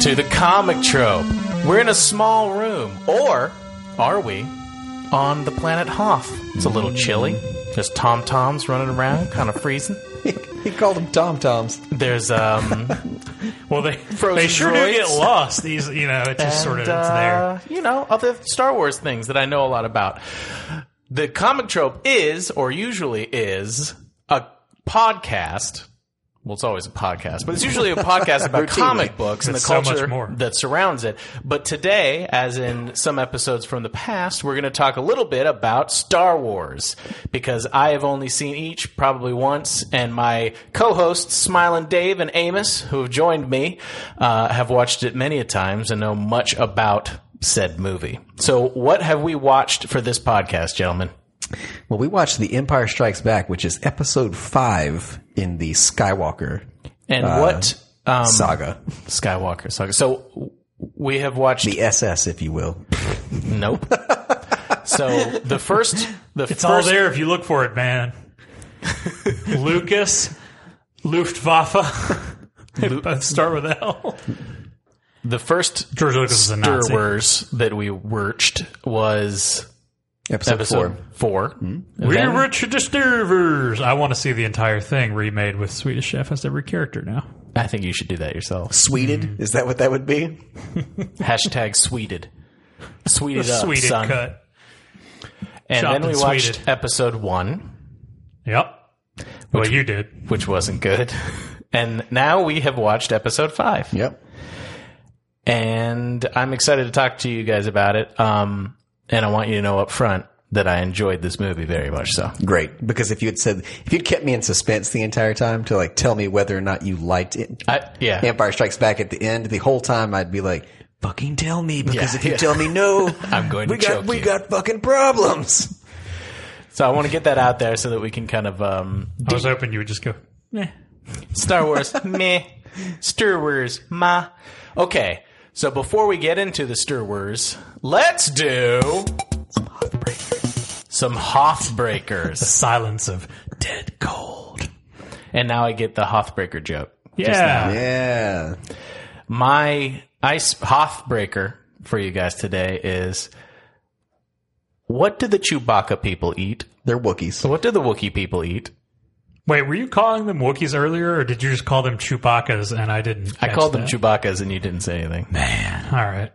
to the comic trope. We're in a small room, or are we on the planet Hoth? It's a little chilly. There's tom toms running around, kind of freezing. He called them Tom Toms. There's um, Well, they Frozen they sure droids. do get lost. These, you know, it's just sort of and, it's there. uh, you know, other Star Wars things that I know a lot about. The comic trope is, or usually is, a podcast. Well, it's always a podcast, but it's usually a podcast about comic books and the It's so much culture more. that surrounds it. But today, as in some episodes from the past, we're going to talk a little bit about Star Wars because I have only seen each probably once, and my co-hosts Smiling Dave and Amos, who have joined me, uh, have watched it many a times and know much about said movie. So, what have we watched for this podcast, gentlemen? Well, we watched The Empire Strikes Back, which is episode five in the Skywalker And what um, saga, Skywalker saga? So. w- We have watched the SS, if you will. Nope. so the first, the It's first, all there if you look for it, man. Lucas, Luftwaffe. They both start with L. the first George Lucas is a Nazi. Star Wars that we watched was Episode, episode 4 four. We Then- were disturbers. I want to see the entire thing remade with Swedish Chef as every character now. I think you should do that yourself. Sweeted? Mm-hmm. Is that what that would be? Hashtag sweeted, sweeted up, Sweden son. cut. And Chopped then we and watched sweeted. episode one, Yep. well, you did. which wasn't good. And now we have watched episode five. Yep. and I'm excited to talk to you guys about it. Um, and I want you to know up front that I enjoyed this movie very much. So Great. Because if you had said, if you'd kept me in suspense the entire time to like tell me whether or not you liked it, I, yeah, Empire Strikes Back at the end, the whole time I'd be like, fucking tell me, because Yeah, if you yeah. tell me no, I'm going to we got, choke we you. got fucking problems. So I want to get that out there so that we can kind of um, I was hoping you would just go, eh. Star Wars meh, Star Wars ma. Okay, so before we get into the Star Wars, let's do some Hothbreakers. silence of dead cold. and now I get the Hothbreaker joke. Yeah. Yeah. My ice Hothbreaker for you guys today is. What do the Chewbacca people eat? They're Wookiees. What do the Wookiee people eat? Wait, were you calling them Wookiees earlier, or did you just call them Chewbacca's and I didn't? I catch called them that? Chewbacca's and you didn't say anything. All right.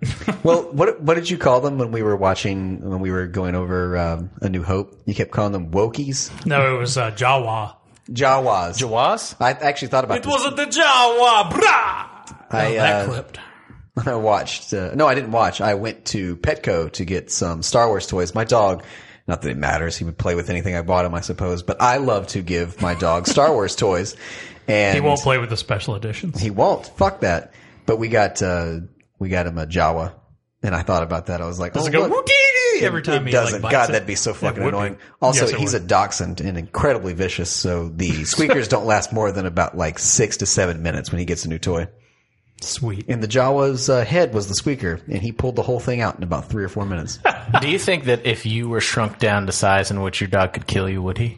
Well, what what did you call them when we were watching when we were going over um, A New Hope? You kept calling them Wokies, No, it was uh, Jawa. Jawas. Jawas? I actually thought about It this. wasn't the Jawa, brah. I, No, that uh, clipped. when I watched. Uh, no, I didn't watch. I went to Petco to get some Star Wars toys. My dog. Not that it matters. He would play with anything I bought him, I suppose. But I love to give my dog Star Wars toys, and He won't play with the special editions. He won't. Fuck that. But we got uh, we got him a Jawa, and I thought about that. I was like, Does oh, it go look. Wookiee every It- time it he doesn't. Like, bites God, it? that'd be so It fucking would be. annoying. Also, Yes, it he's would. a dachshund and incredibly vicious, so the squeakers don't last more than about like six to seven minutes when he gets a new toy. sweet. And the Jawa's uh, head was the squeaker, and he pulled the whole thing out in about three or four minutes. Do you think that if you were shrunk down to size in which your dog could kill you, would he?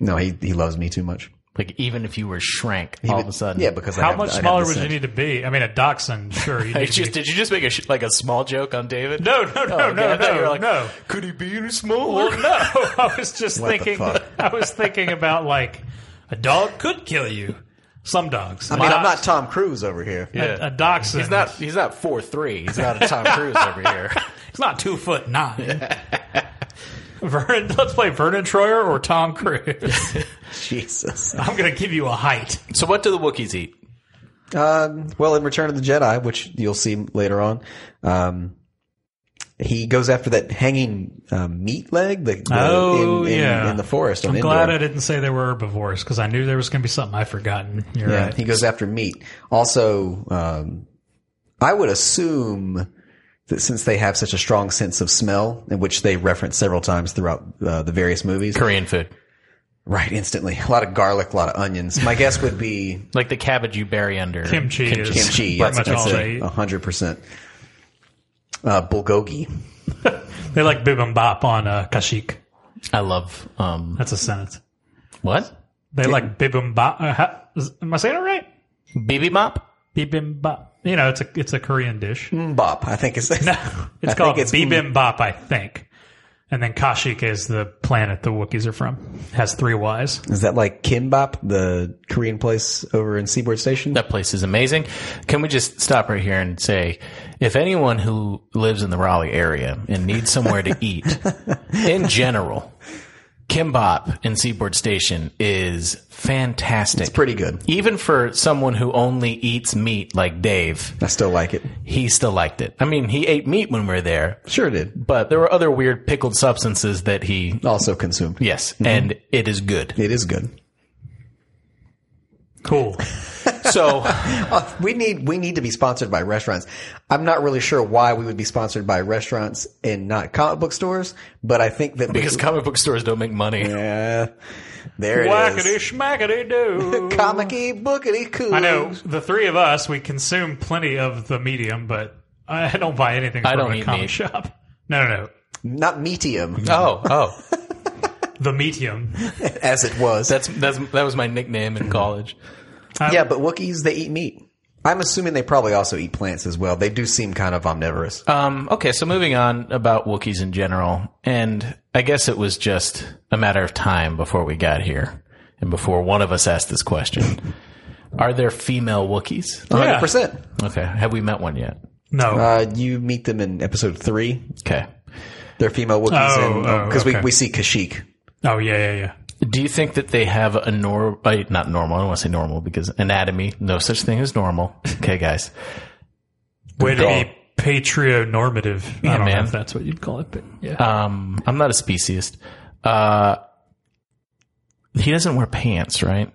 no, he he loves me too much. Like even if you were shrank, all of a sudden, yeah, because I How have- much I have smaller the would you scent. need to be? I mean, a dachshund, sure. You I need to just, be- did you just make a sh- like a small joke on David? no, no, no, Oh, okay. no, I thought you no, were like, no. Could he be any smaller? Well, no, I was just What the thinking. fuck? I was thinking about like a dog could kill you. Some dogs. I mean, I'm not Tom Cruise over here. a, a dachshund. He's not. He's not four three. He's not a Tom Cruise over here. It's not two foot nine. Vernon, let's play Vernon Troyer or Tom Cruise. Jesus. I'm going to give you a height. So what do the Wookiees eat? Um, well, in Return of the Jedi, which you'll see later on, um, he goes after that hanging um, meat leg. The, the- Oh, in, in, yeah. in the forest. On I'm glad Endor. I didn't say they were herbivores because I knew there was going to be something I'd forgotten. You're Yeah, right. he goes after meat. Also, um, I would assume that since they have such a strong sense of smell, in which they reference several times throughout uh, the various movies, Korean food, right? Instantly, a lot of garlic, a lot of onions. My guess would be like the cabbage you bury under Kimchi, is kimchi. pretty Yes, much all that's they it, eat. a hundred percent. Uh, bulgogi. They like bibimbap on uh, kashik. I love. Um, That's a sentence. what? They like bibimbap. Uh, how, is, am I saying it right? Bibimbap. Bibimbap. You know, it's a it's a Korean dish. Bop, I think it's It's called Hmm. it's- bibimbap, I think. And then Kashik is the planet the Wookiees are from. Has three Ys. is that like Kimbop, the Korean place over in Seaboard Station? That place is amazing. Can we just stop right here and say if anyone who lives in the Raleigh area and needs somewhere to eat in general, Kimbop in Seaboard Station is fantastic. Pretty good. Even for someone who only eats meat like Dave, I still like it. he still liked it. I mean, he ate meat when we were there, Sure did. but there were other weird pickled substances that he Also consumed. yes, and it is good. It is good. Cool. So Uh, we need we need to be sponsored by restaurants. I'm not really sure why we would be sponsored by restaurants and not comic book stores, but I think that because comic book stores don't make money. Yeah, there it is. Whackity schmackity do. Comicky bookity cool. I know the three of us, we consume plenty of the medium, but I don't buy anything from don't a eat comic meat. shop. No, no, no. Not medium Oh, oh. The medium. as it was. That's that's that was my nickname in college. yeah, but Wookiees they eat meat. I'm assuming they probably also eat plants as well. They do seem kind of omnivorous. Um, okay, so moving on about Wookiees in general, and I guess it was just a matter of time before we got here and before one of us asked this question. Are there female Wookiees? Uh-huh. 100%. Okay, have we met one yet? No. Uh, you meet them in episode three. Okay. They're female Wookiees, Oh, oh, because okay. we, we see Kashyyyk. oh, yeah, yeah, yeah. Do you think that they have a nor uh, not normal? I don't want to say normal because anatomy, no such thing as normal. Okay, guys. Way to call. be patrionormative. I don't know man. if that's what you'd call it, but yeah. Um, I'm not a speciest. Uh, he doesn't wear pants, right?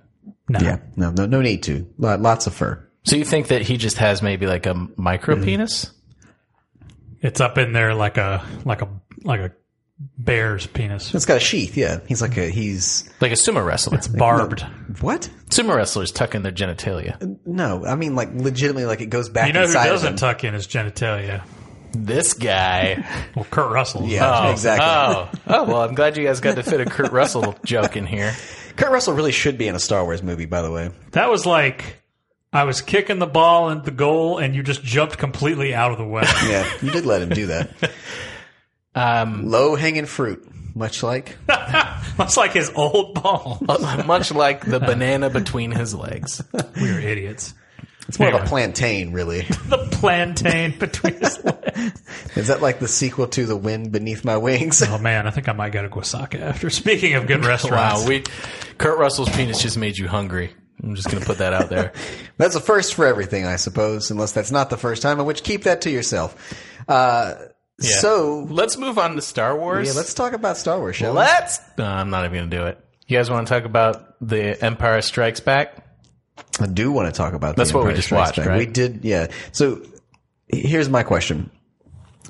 no. Yeah, no, no, no need to. Lo- Lots of fur. So you think that he just has maybe like a micro penis? It's up in there like a like a like a bear's penis. It's got a sheath. Yeah, he's like a he's Like a sumo wrestler. Barbed. what? sumo wrestlers tuck in their genitalia. No, I mean like legitimately, like it goes back. You know who inside of him. doesn't tuck in his genitalia? This guy. Well, Kurt Russell. yeah, exactly. Oh, oh well, I'm glad you guys got to fit a Kurt Russell joke in here. Kurt Russell really should be in a Star Wars movie, by the way. That was like I was kicking the ball at the goal and you just jumped completely out of the way. Yeah, you did let him do that. Um, Low hanging fruit, much like That's like his old ball. much like the banana between his legs. We are idiots. it's more of Anyway. a plantain, really. The plantain between his legs. Is that like the sequel to The Wind Beneath My Wings? Oh man, I think I might go to Guasaka after. Speaking of good restaurants. Wow, we Kurt Russell's penis just made you hungry. I'm just gonna put that out there. That's a first for everything, I suppose, unless that's not the first time. In which, keep that to yourself. Uh, So Let's move on to Star Wars. yeah, let's talk about Star Wars, shall we? Let's. No, I'm not even gonna do it. You guys want to talk about the Empire Strikes Back? I do want to talk about That's the what we Empire just Strikes watched, Back. right? We did, yeah. So here's my question.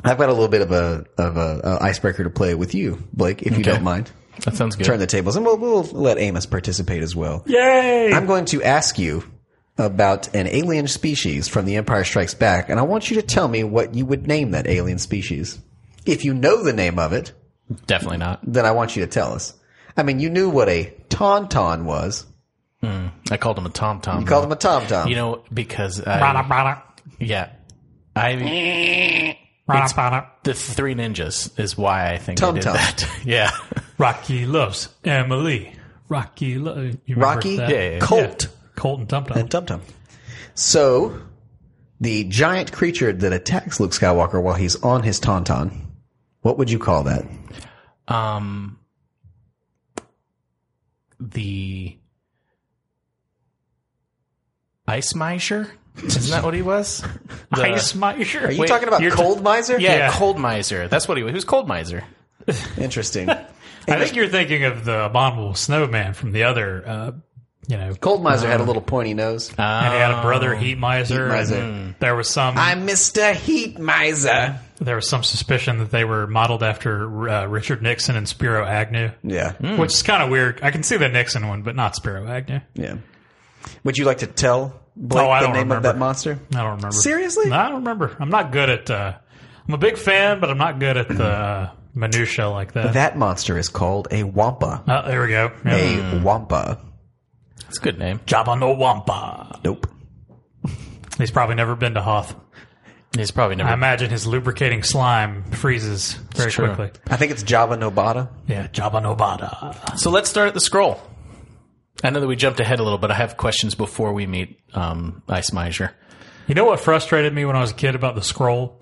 I've got a little bit of a of a, a icebreaker to play with you, Blake, if you don't mind. That sounds good. Turn the tables, and we'll, we'll let Amos participate as well. Yay! I'm going to ask you about an alien species from The Empire Strikes Back, and I want you to tell me what you would name that alien species. If you know the name of it, Definitely not. then I want you to tell us. I mean, you knew what a tauntaun was. I called him a Tom Tom. Called him a tomtom. You know, because I, Rada, rada, yeah, I rada, rada. the three ninjas is why I think I did Tum-tum. that. yeah, Rocky loves Emily. Rocky loves Rocky, Yeah, yeah, yeah. Colt, Colt and Tum Tum. and Tum Tum. So, the giant creature that attacks Luke Skywalker while he's on his Tauntaun, what would you call that? um, the ice miser. Isn't that what he was? The- Ice Miser. Are you talking about you're t- Cold Miser? Yeah, Yeah. cold miser. That's what he was. He was cold miser. Interesting. I think you're thinking of the abominable snowman from the other, uh, you know, Cold Miser had a little pointy nose. and he had a brother, Heat Miser. Oh. Heat Miser. And there was some I'm Mr. Heat Miser. there was some suspicion that they were modeled after uh, Richard Nixon and Spiro Agnew, Yeah. which is kind of weird. I can see the Nixon one, but not Spiro Agnew. Yeah. Would you like to tell Blake Oh, I the don't name of that remember. monster? I don't remember. Seriously? No, I don't remember. I'm not good at. Uh, I'm a big fan, but I'm not good at the uh, minutia like that. That monster is called a Wampa. Oh, there we go. Yeah. A Wampa. That's a good name. Jabba no Wampa. Nope. He's probably never been to Hoth. He's probably never. I imagine his lubricating slime freezes very true. quickly. I think it's Java Nobata. Yeah, Jabba Nobata. so let's start at the scroll. I know that we jumped ahead a little, but I have questions before we meet um, Ice Miser. You know what frustrated me when I was a kid about the scroll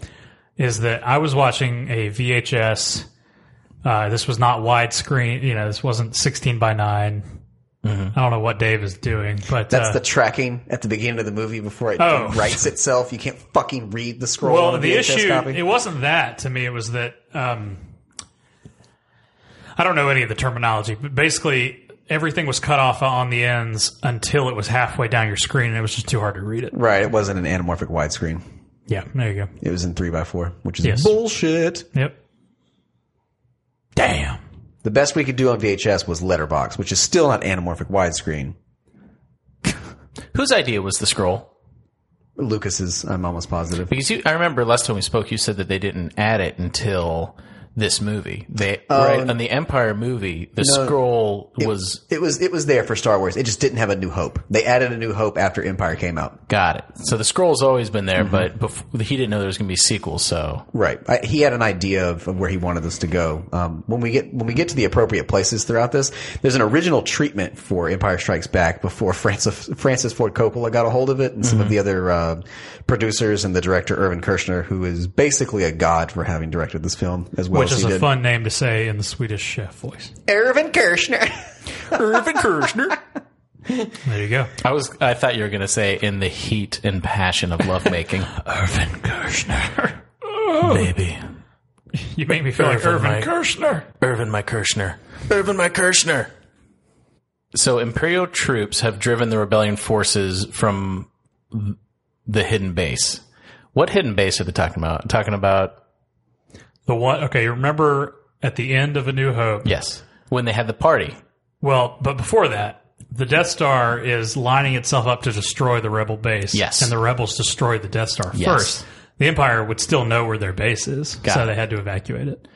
is that I was watching a VHS. Uh, this was not widescreen. You know, this wasn't sixteen by 9 I don't know what Dave is doing, Mm-hmm. but That's uh, the tracking at the beginning of the movie before it Oh. writes itself. You can't fucking read the scroll. Well, on a the VHS issue copy. it wasn't that to me. It was that um, I don't know any of the terminology, but basically everything was cut off on the ends until it was halfway down your screen, and it was just too hard to read it. right, it wasn't an anamorphic widescreen. Yeah, there you go. It was in three by four, which is Yes. bullshit. Yep. Damn. The best we could do on VHS was letterbox, which is still not anamorphic widescreen. Whose idea was the scroll? Lucas's, I'm almost positive. Because you, I remember last time we spoke, you said that they didn't add it until this movie. They right on the Empire movie, the scroll was It was it was there for Star Wars. It just didn't have a New Hope. They added a New Hope after Empire came out. got it. So the scroll's always been there, but before, he didn't know there was going to be a sequel. So Right. I, he had an idea of, of where he wanted this to go. Um, when we get when we get to the appropriate places throughout this, there's an original treatment for Empire Strikes Back before Francis Francis Ford Coppola got a hold of it, and Mm-hmm. some of the other uh, producers and the director Irvin Kershner, who is basically a god for having directed this film as well as Which is he a did. fun name to say in the Swedish chef voice. Irvin Kershner. Irvin Kershner. There you go. I was. I thought you were going to say in the heat and passion of lovemaking. Irvin Kirshner. Baby. You make me feel like Irvin Irvin Mike. Kirshner. Irvin my Kirshner. Irvin my Kirshner. So Imperial troops have driven the rebellion forces from the hidden base. What hidden base are they talking about? Talking about The one. Okay, remember at the end of A New Hope. yes, when they had the party. Well, but before that, the Death Star is lining itself up to destroy the Rebel base. Yes. And the Rebels destroyed the Death Star Yes. first. The Empire would still know where their base is, so it. they had to evacuate it.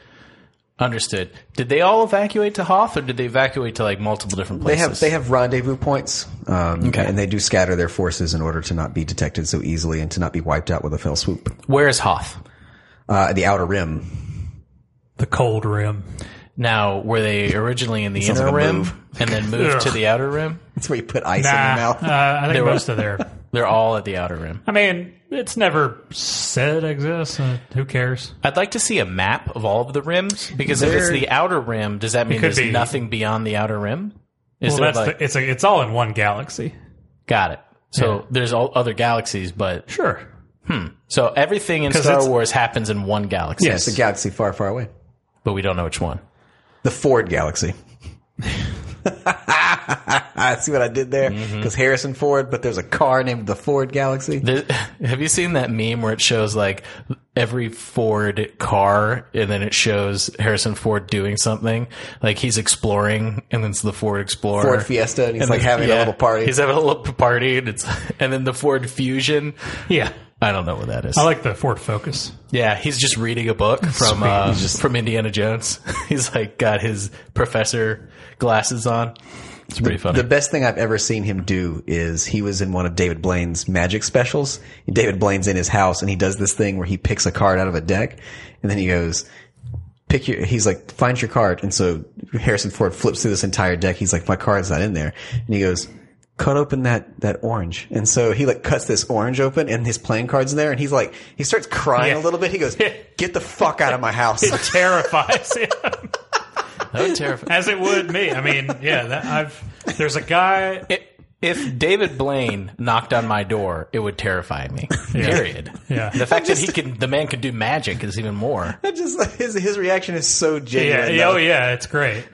Understood. Did they all evacuate to Hoth, or did they evacuate to like multiple different They places? have they have rendezvous points, um, and they do scatter their forces in order to not be detected so easily and to not be wiped out with a fell swoop. Where is Hoth? Uh, the outer rim The Cold Rim. Now, were they originally in the inner like a rim move. and then moved to Ugh. the outer rim? That's where you put ice in your Nah, mouth. uh, I think most of their. They're all at the outer rim. I mean, it's never said exists. Uh, who cares? I'd like to see a map of all of the rims because if it's There- the outer rim, does that mean could there's be. nothing beyond the outer rim? Is Well, there that's like the, it's a, it's all in one galaxy. got it? So there's all other galaxies, but Sure. so everything in Star it's- Wars happens in one galaxy, It's a galaxy far, far away. but we don't know which one. The Ford Galaxy. I see what I did there because Harrison Ford, but there's a car named the Ford Galaxy. There- have you seen that meme where it shows like every Ford car and then it shows Harrison Ford doing something like he's exploring and then it's the Ford Explorer Ford Fiesta, and he's like having a Yeah. little party. He's having a little party and it's and then the Ford Fusion. Yeah. I don't know what that is. I like the Ford Focus. Yeah, he's just reading a book from uh, from Indiana Jones. he's like got his professor glasses on. It's pretty funny. the best thing I've ever seen him do is he was in one of David Blaine's magic specials. David Blaine's in his house, and he does this thing where he picks a card out of a deck, and then he goes, pick your he's like find your card and so harrison ford flips through this entire deck he's like my card's not in there and he goes cut open that that orange and so he like cuts this orange open and his playing cards in there and he's like he starts crying Yeah. a little bit he goes get the fuck out of my house It terrifies him. that would terrify. as it would me. I mean, yeah, that, I've there's a guy. If- If David Blaine knocked on my door, it would terrify me. Period. Yeah. The fact that he can, the man can do magic is even more. I just his his reaction is so Yeah, genuine yeah, though. oh yeah, it's great.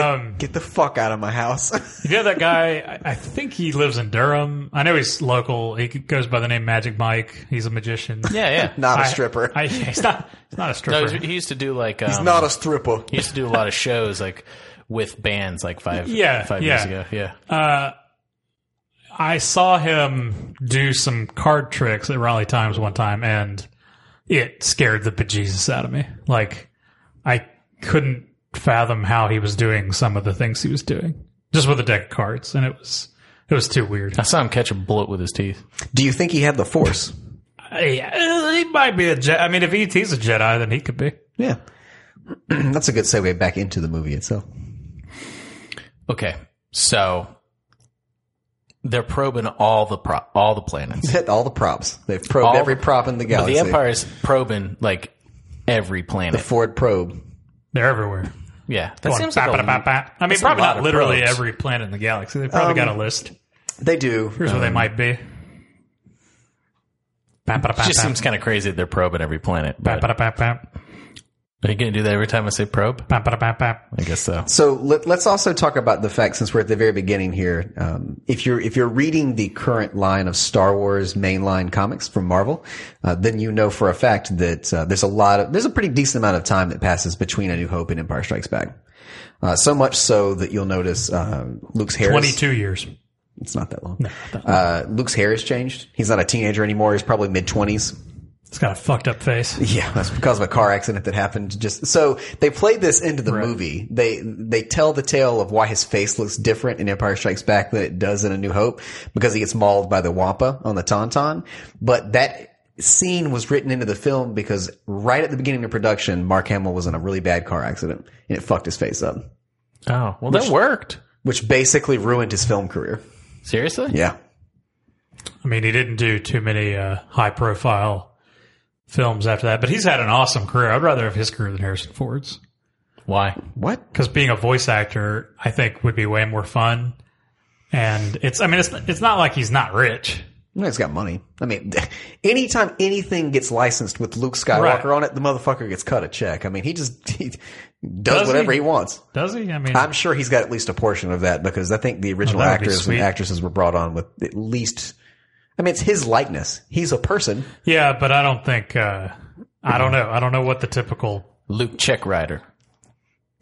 Um, get the fuck out of my house you know that guy? I, I think he lives in Durham. I know he's local. He goes by the name Magic Mike. He's a magician. Yeah, yeah. not a I- stripper I, he's not. He's not a No, stripper. he's- he used to do like um, not a stripper he used to do a lot of shows like with bands like five Yeah, five years yeah. ago. Yeah. I saw him do some card tricks at Raleigh Times one time, and it scared the bejesus out of me. Like, I couldn't fathom how he was doing some of the things he was doing, just with a deck of cards, and it was it It was too weird. I saw him catch a bullet with his teeth. Do you think he had the force? Uh, Yeah, he might be a Jedi. I mean, if ET's a Jedi, then he could be. Yeah. That's a good segue back into the movie itself. Okay, so they're probing all the pro- all the planets. All the props. They've probed All- every prop in the But galaxy. the Empire's probing like every The planet. Ford probe. They're everywhere. Yeah, that Going seems like a- ba-ba-ba-ba. I mean, a probably lot not of literally probes. Um, every planet in the galaxy. They probably got a list. They do. Here's where they might be. it just seems kind of crazy that they're probing every planet. But are you going to do that every time I say probe? I guess so. So let, let's also talk about the fact, since we're at the very beginning here, um, if you're if you're reading the current line of Star Wars mainline comics from Marvel, uh, then you know for a fact that uh, there's a lot of there's a pretty decent amount of time that passes between A New Hope and Empire Strikes Back. Uh, so much so that you'll notice um Luke's hair. is- 22 years. It's not that long. Uh, Luke's hair has changed. He's not a teenager anymore. He's probably mid twenties. It's got a fucked up face. Yeah, that's because of a car accident that happened. Just so they played this into the movie. They they tell the tale of why his face looks different in Empire Strikes Back than it does in A New Hope because he gets mauled by the Wampa on the Tauntaun. But that scene was written into the film because right at the beginning of production, Mark Hamill was in a really bad car accident and it fucked his face up, Oh well, that worked. which basically ruined his film career. Seriously? Yeah. I mean, he didn't do too many uh, high profile films after that, but he's had an awesome career. I'd rather have his career than Harrison Ford's. Why? What? because being a voice actor, I think, would be way more fun. And it's, I mean, it's it's not like he's not rich. No, he's got money. I mean, anytime anything gets licensed with Luke Skywalker Right. on it, the motherfucker gets cut a check. I mean, he just he does, he? whatever he? wants. Does he? I mean, I'm sure he's got at least a portion of that because I think the original Oh, that would be actors sweet. and actresses were brought on with at least. I mean, it's his likeness. He's a person. yeah, but I don't think. Uh, I don't know. I don't know what the typical. Luke Check Rider.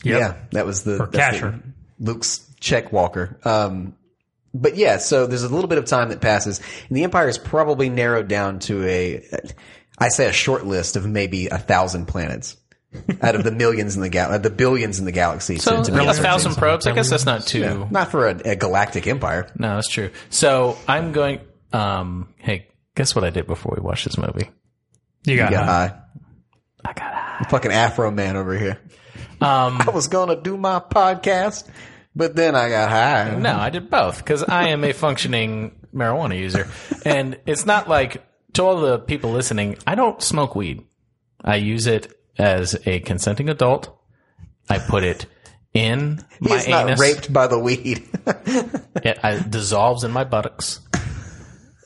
Yeah, that was the Or that's the- Casher. Luke's check walker. Um, but yeah, so there's a little bit of time that passes, and the Empire is probably narrowed down to a, I say a short list of maybe a thousand planets out of the millions in the gal, uh, the billions in the galaxy. to- So to be a ascertained. thousand probes. I guess that's not too. not for a, a galactic empire. No, that's true. So I'm going. Um, hey, guess what I did before we watched this movie? You got. Uh-huh. Yeah, it. I got a fucking Afro man over here. Um, I was gonna do my podcast, but then I got high. no, I did both because I am a functioning marijuana user, and it's not like to all the people listening. I don't smoke weed. I use it as a consenting adult. I put it in He my is not anus. raped by the weed. It I, dissolves in my buttocks.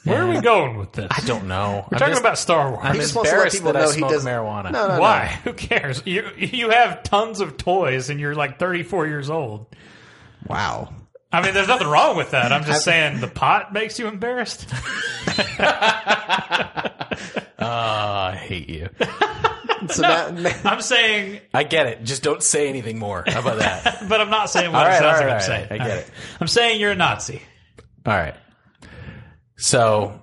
Where are we going with this? I don't know. We're talking about Star Wars. I'm just wants to let embarrassed people that I know he smoke doesn't- marijuana. No, no, no. Why? Who cares? You you have tons of toys, and you're like 34 years old. Wow. I mean, there's nothing wrong with that. I'm just saying the pot makes you embarrassed. Ah, I hate you. So now, I'm saying, I get it. Just don't say anything more. How about that? but I'm not saying what All it right, all sounds like right, I'm all saying. right. I get it. I'm saying you're a Nazi. All right. So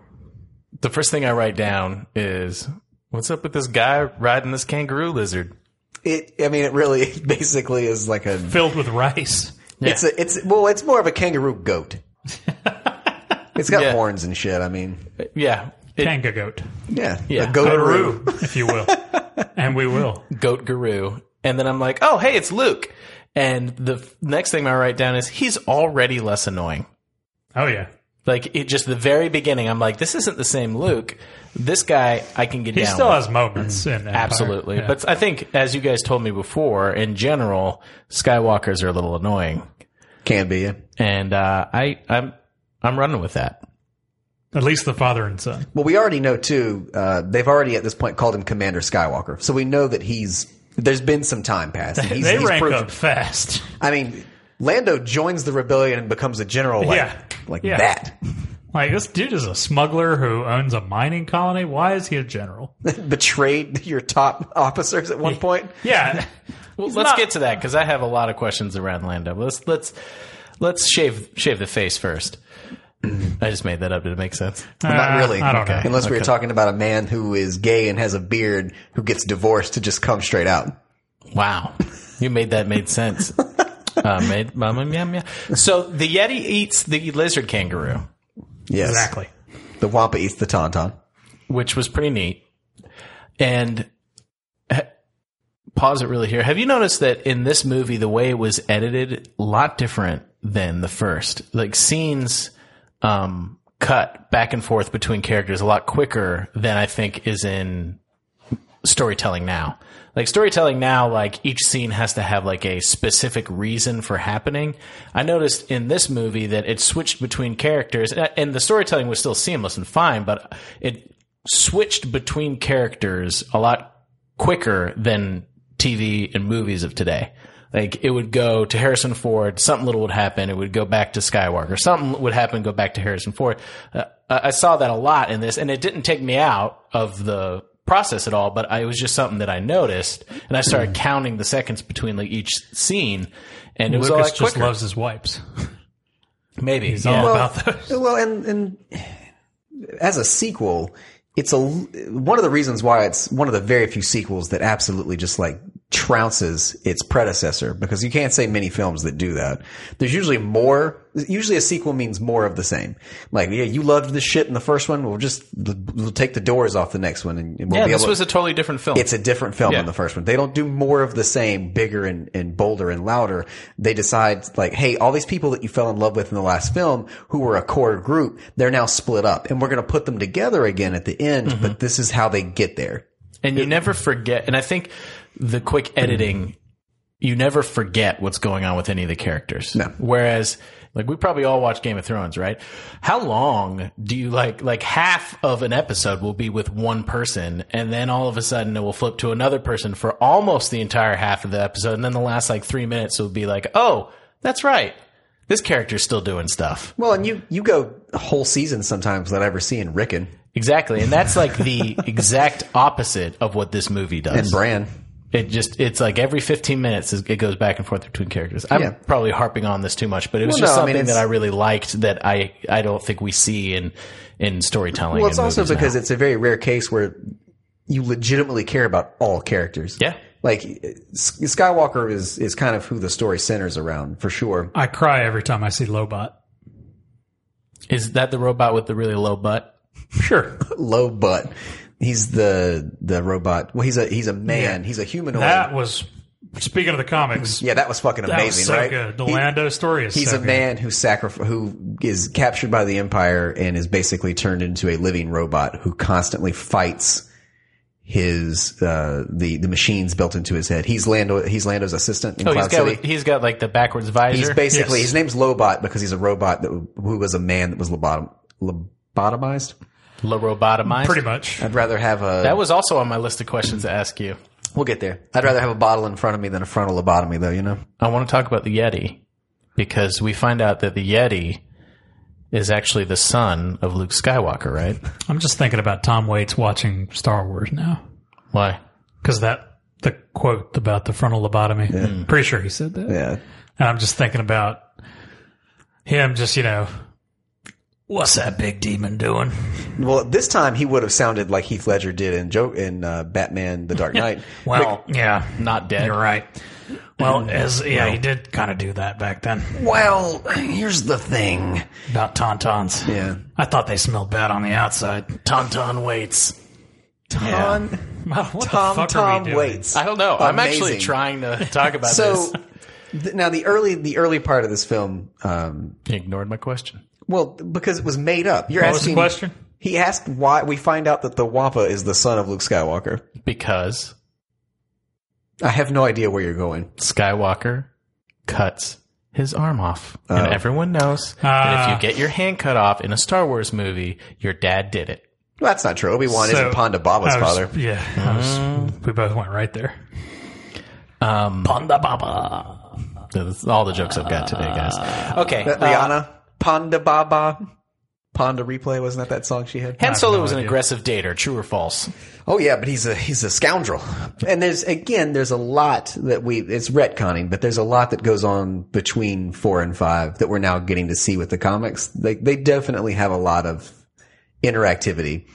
the first thing I write down is what's up with this guy riding this kangaroo lizard? It, I mean, it really it basically is like a. Filled with rice. It's a. It's well, it's more of a kangaroo goat. it's got Yeah. horns and shit. I mean, Yeah. It, Kanga goat. yeah, Yeah. a goataroo. Guru, if you will. and we will. goat guru. And then I'm like, oh, hey, it's Luke. And the f- next thing I write down is he's already less annoying. Oh, yeah. Like it just the very beginning, I'm like, this isn't the same Luke. This guy I can get He down. still with. has moments in Empire. mm, Absolutely. Yeah. But I think, as you guys told me before, in general, Skywalkers are a little annoying, Can be. Yeah. and uh, I, I'm I'm running with that. at least the father and son. Well, we already know too. Uh, they've already at this point called him Commander Skywalker, so we know that he's. There's been some time passed. He's, they he's rank proved- up fast. I mean, Lando joins the rebellion and becomes a general. Like, Yeah. like Yeah. that. Like, this dude is a smuggler who owns a mining colony. Why is he a general? Betrayed your top officers at one point. Yeah. Well, let's not- get to that because I have a lot of questions around Lando. Let's let's let's shave shave the face first. I just made that up. Did it make sense? Not Uh, really. I don't know. Unless we were talking about a man who is gay and has a beard who gets divorced to just come straight out. Wow, you made that made sense. Uh, made, mama, meow, meow. So the Yeti eats the lizard kangaroo, Yes. Exactly. The Wampa eats the Tauntaun. which was pretty neat. And eh, pause it really here. Have you noticed that in this movie, the way it was edited, a lot different than the first? Like scenes um, cut back and forth between characters a lot quicker than I think is in storytelling now. Like storytelling now, like each scene has to have like a specific reason for happening. I noticed in this movie that it switched between characters, and and the storytelling was still seamless and fine, but it switched between characters a lot quicker than TV and movies of today. Like it would go to Harrison Ford, something little would happen. It would go back to Skywalker, something would happen, go back to Harrison Ford. Uh, I I saw that a lot in this, and it didn't take me out of the process at all. But I, it was just something that I noticed, and I started Hmm. counting the seconds between like each scene, and it was Lucas all just like quicker. loves his wipes. Maybe He's yeah. all Well- about those. Well, and and as a sequel, it's a one of the reasons why it's one of the very few sequels that absolutely just like trounces its predecessor because you can't say many films that do that. There's usually more. Usually, a sequel means more of the same. Like, yeah, you loved this shit in the first one. We'll just we'll take the doors off the next one, and we'll yeah, be this able. was a totally different film. it's a different film than the first one. They don't do more of the same, bigger and, and bolder and louder. They decide like, hey, all these people that you fell in love with in the last film who were a core group, they're now split up and we're going to put them together again at the end, but this is how they get there. and you never forget. And I think the quick editing, you never forget what's going on with any of the characters. No. Whereas, like we probably all watch Game of Thrones, right? How long do you like? Like half of an episode will be with one person, and then all of a sudden it will flip to another person for almost the entire half of the episode, and then the last like three minutes will be like, oh, that's right, this character's still doing stuff. Well, and you, you go whole seasons sometimes without ever seeing Rickon Exactly, and that's like the exact opposite of what this movie does. and Bran. It just it's like every 15 minutes is- it goes back and forth between characters. I'm Yeah. probably harping on this too much, but it was Well, just no, I mean, something that it's- I really liked that I I don't think we see in in storytelling. Well, in it's also movies now. because it's a very rare case where you legitimately care about all characters. Yeah. Like S- Skywalker is, is kind of who the story centers around for sure. I cry every time I see Lobot. is that the robot with the really low butt? Sure. low butt. He's the the robot. Well, he's a he's a man. He's a humanoid. That was speaking of the comics. yeah, that was fucking that amazing, was so right? good. The He- Lando story is he's so a good. man who sacrif- who is captured by the empire and is basically turned into a living robot who constantly fights his uh, the the machines built into his head. He's Lando. He's Lando's assistant in Oh, he's Cloud got City. like- he's got like the backwards visor. He's basically Yes. his name's Lobot because he's a robot that who was a man that was lobotom- lobotomized. La robotomized. Pretty much. I'd rather have a That was also on my list of questions to ask you. We'll get there. I'd rather have a bottle in front of me than a frontal lobotomy, though. You know. I want to talk about the Yeti because we find out that the Yeti is actually the son of Luke Skywalker, right? I'm just thinking about Tom Waits watching Star Wars now. Why? Because that, the quote about the frontal lobotomy, pretty sure he said that. Yeah. And I'm just thinking about him just, you know, what's that big demon doing? Well, this time he would have sounded like Heath Ledger did in Joe in uh, Batman: The Dark Knight. Well, yeah, Not dead. you're right. Well, Mm. as yeah, he did kind of do that back then well, here's the thing. about tauntauns. Yeah. I thought they smelled bad on the outside. Tauntaun waits. Tom, What the Tom, fuck are we Tom doing? waits. I don't know. I'm actually Amazing. trying to talk about So this. th- now the early the early part of this film, um, You ignored my question. well, because it was made up. You're What was the asking question? He asked why we find out that the Wampa is the son of Luke Skywalker. Because I have no idea where you're going. Skywalker cuts his arm off. and Oh. everyone knows that if Ah. you get your hand cut off in a Star Wars movie, your dad did it. Well, that's not true. Obi Wan isn't Ponda Baba's I was- father. Yeah, I was- we both went right there. Um, Ponda Baba. that's all the jokes I've got today, guys. Okay. That uh, Rihanna, Ponda Baba, Ponda Replay, wasn't that that song she had? Han Solo was an idea. aggressive dater, true or false? Oh yeah, but he's a he's a scoundrel. And there's again, there's a lot that we it's retconning, but there's a lot that goes on between four and five that we're now getting to see with the comics. They they definitely have a lot of interactivity.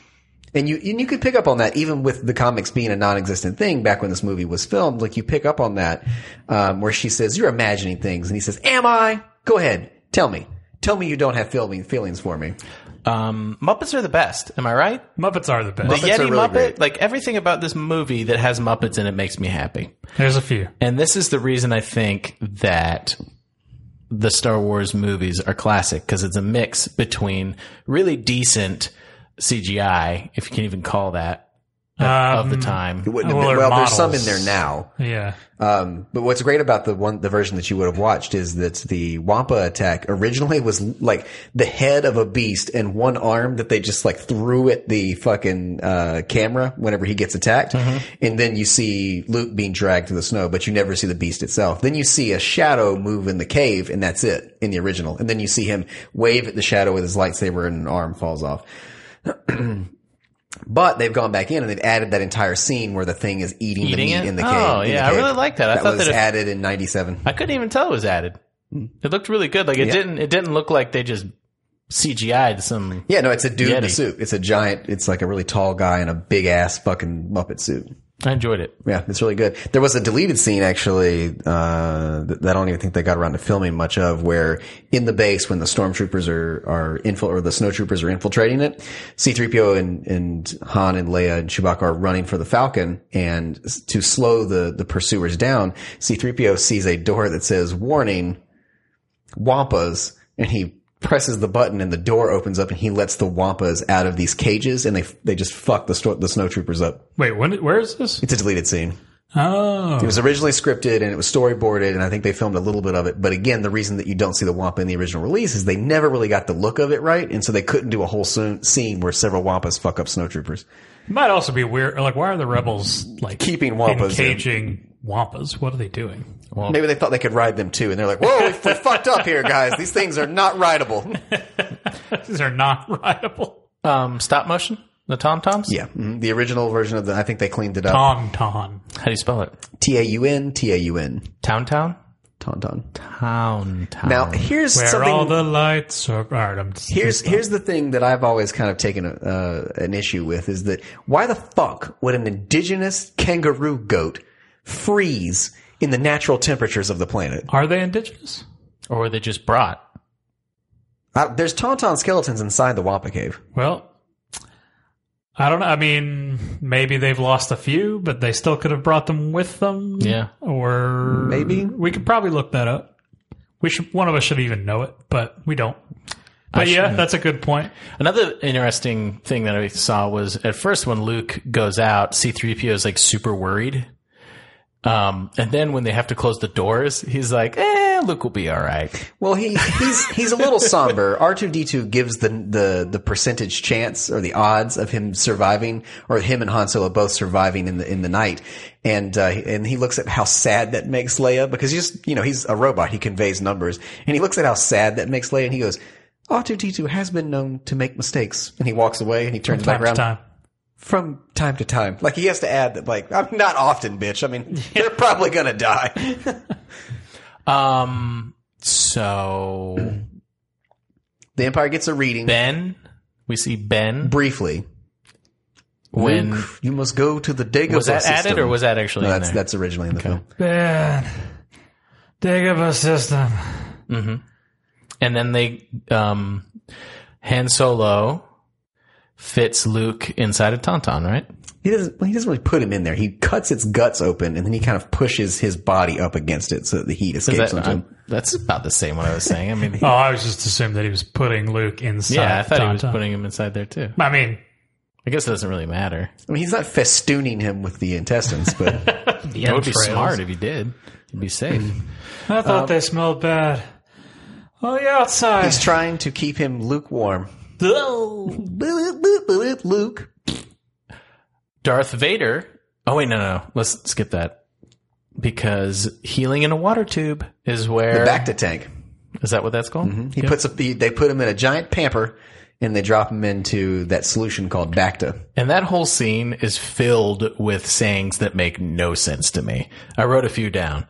And you and you could pick up on that even with the comics being a non-existent thing back when this movie was filmed. Like you pick up on that um, where she says you're imagining things, and he says, "Am I? Go ahead, tell me, tell me you don't have filming feelings for me." Um, Muppets are the best. Am I right? Muppets are the best. The Muppets Yeti are really Muppet, great. like everything about this movie that has Muppets in it makes me happy. There's a few. And this is the reason I think that the Star Wars movies are classic because it's a mix between really decent CGI, if you can even call that, of, of the Um, It time. wouldn't have Well, been, they're well, there's some in there models. now. Yeah. Um, but what's great about the one, the version that you would have watched is that the Wampa attack originally was like the head of a beast and one arm that they just like threw at the fucking, uh, camera whenever he gets attacked. Mm-hmm. And then you see Luke being dragged through the snow, but you never see the beast itself. Then you see a shadow move in the cave and that's it in the original. And then you see him wave at the shadow with his lightsaber and an arm falls off. But they've gone back in and they've added that entire scene where the thing is eating, the Eating meat it? in the Oh, cave. in the yeah, I cave. really like that. I that thought was that if- added in '97. I couldn't even tell it was added. It looked really good. Like it didn't. It didn't look like they just CGI'd some. Yeah, no, it's a dude in a Yeti. suit. It's a giant. It's like a really tall guy in a big ass fucking Muppet suit. I enjoyed it. Yeah, it's really good. There was a deleted scene actually uh, that I don't even think they got around to filming much of, where in the base when the stormtroopers are are infil- or the snowtroopers are infiltrating it, C-3PO and and Han and Leia and Chewbacca are running for the Falcon, and s- to slow the the pursuers down, C-3PO sees a door that says "Warning, Wampas," and he. Presses the button and the door opens up and he lets the wampas out of these cages and they they just fuck the sto- the snowtroopers up. Wait, when? Where is this? It's a deleted scene. Oh, It was originally scripted and it was storyboarded, and I think they filmed a little bit of it. But again, the reason that you don't see the Wampa in the original release is they never really got the look of it right, and so they couldn't do a whole soon- scene where several Wampas fuck up snowtroopers. might also be weird. Like, why are the rebels like Keeping wampas in. Caging wampas. What are they doing? Maybe they thought they could ride them too, and they're like, "Whoa, we, we fucked up here, guys. These things are not rideable." These are not rideable. Um, stop motion. The Tom Toms. Yeah, mhm. the original version of the I think they cleaned it up. Ton ton. How do you spell it? T a u n t a u n Town Town. tauntaun. Town Town. Now here's Where something. all the lights are. All right, I'm just, Here's here's the thing that I've always kind of taken a, uh, an issue with is that why the fuck would an indigenous kangaroo goat freeze in the natural temperatures of the planet? Are they indigenous? or were they just brought? Uh, there's tauntaun skeletons inside the Wampa cave. Well, I don't know. I mean, maybe they've lost a few, but they still could have brought them with them. Yeah. Or Maybe. we could probably look that up. We should. One of us should even know it, but we don't. But yeah, that's a good point. Another interesting thing that I saw was at first when Luke goes out, C3PO is like super worried. Um, and then when they have to close the doors, he's like, eh, Luke will be all right. Well, he he's he's a little somber. R two D two gives the the the percentage chance or the odds of him surviving, or him and Han Solo both surviving in the in the night, and uh, and he looks at how sad that makes Leia because he's you know he's a robot. He conveys numbers, and he looks at how sad that makes Leia, and he goes. R2D2 has been known to make mistakes. And he walks away and he turns back Time to around time. from time to time. Like he has to add that like I'm not often, bitch. I mean, they're probably going to die. Um, so The Empire gets a reading Ben, we see Ben briefly. when Luke, you must go to the Dagobah was that system. added or was that actually no, in that's there? that's originally in the film? Bad. Dagobah system. and then they, um, Han Solo fits Luke inside a Tauntaun, right? He doesn't. Well, he doesn't really put him in there. He cuts its guts open and then he kind of pushes his body up against it so that the heat Is escapes that- uh, onto him. I- that's about the same what I was saying. I mean, Oh, I was just assumed that he was putting Luke inside. yeah, I thought he was Tauntaun. putting him inside there too. I mean, I guess it doesn't really matter. I mean, he's not festooning him with the intestines, but It would be entrails. smart if you did. You'd be safe. I thought they smelled bad. On the outside. he's trying to keep him lukewarm. Oh. Boop, boop, boop, Luke. Darth Vader. Oh wait, no, no, no. Let's skip that because healing in a water tube is where is Back to tank. that what that's called? He puts a. He, they put him in a giant pamper and they drop him into that solution called Bacta. And that whole scene is filled with sayings that make no sense to me. I wrote a few down.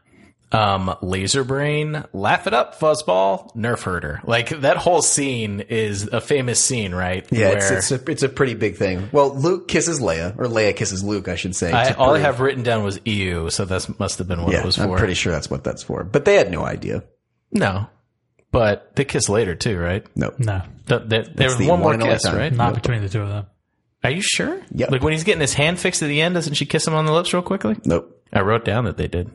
um, Laser Brain, Laugh It Up, Fuzzball, Nerf Herder. Like that whole scene is a famous scene, right? Yeah, it's, Where it's a it's a pretty big thing. Well, Luke kisses Leia, or Leia kisses Luke, I should say. I, to all I prove- have written down was EU, so that must have been what Yeah, it was for. I'm pretty sure that's what that's for. But they had no idea. no, but they kiss later too, right? Nope. No, Th- th- there was the one more one and only kiss, time. right? not between the two of them. Are you sure? Yep. Like when he's getting his hand fixed at the end, doesn't she kiss him on the lips real quickly? Nope. I wrote down that they did.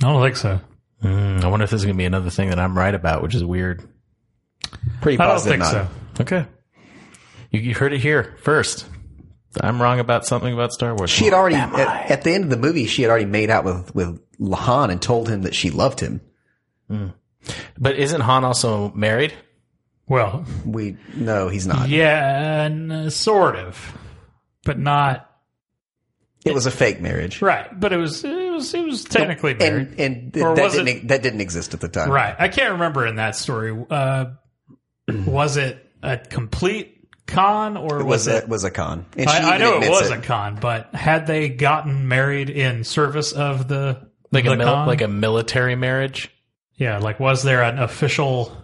I don't think so. Mm, I wonder if this is going to be another thing that I'm right about, which is weird. Pretty I don't positive. think not. so. Okay. You, you heard it here first. I'm wrong about something about Star Wars. She had already at, at the end of the movie. She had already made out with with Han and told him that she loved him. but isn't Han also married? Well, We no, he's not. yeah, n- sort of, but not It was a fake marriage, right. But it was it was it was technically married. and and Or th- that was it- didn't e, that didn't exist at the time. Right. I can't remember in that story. Uh, was it a complete con or was, Was it? a, was a con. And she I, I even know it admits was a con, but had they gotten married in service of the Like the a mil- con? like a military marriage, yeah, like was there an official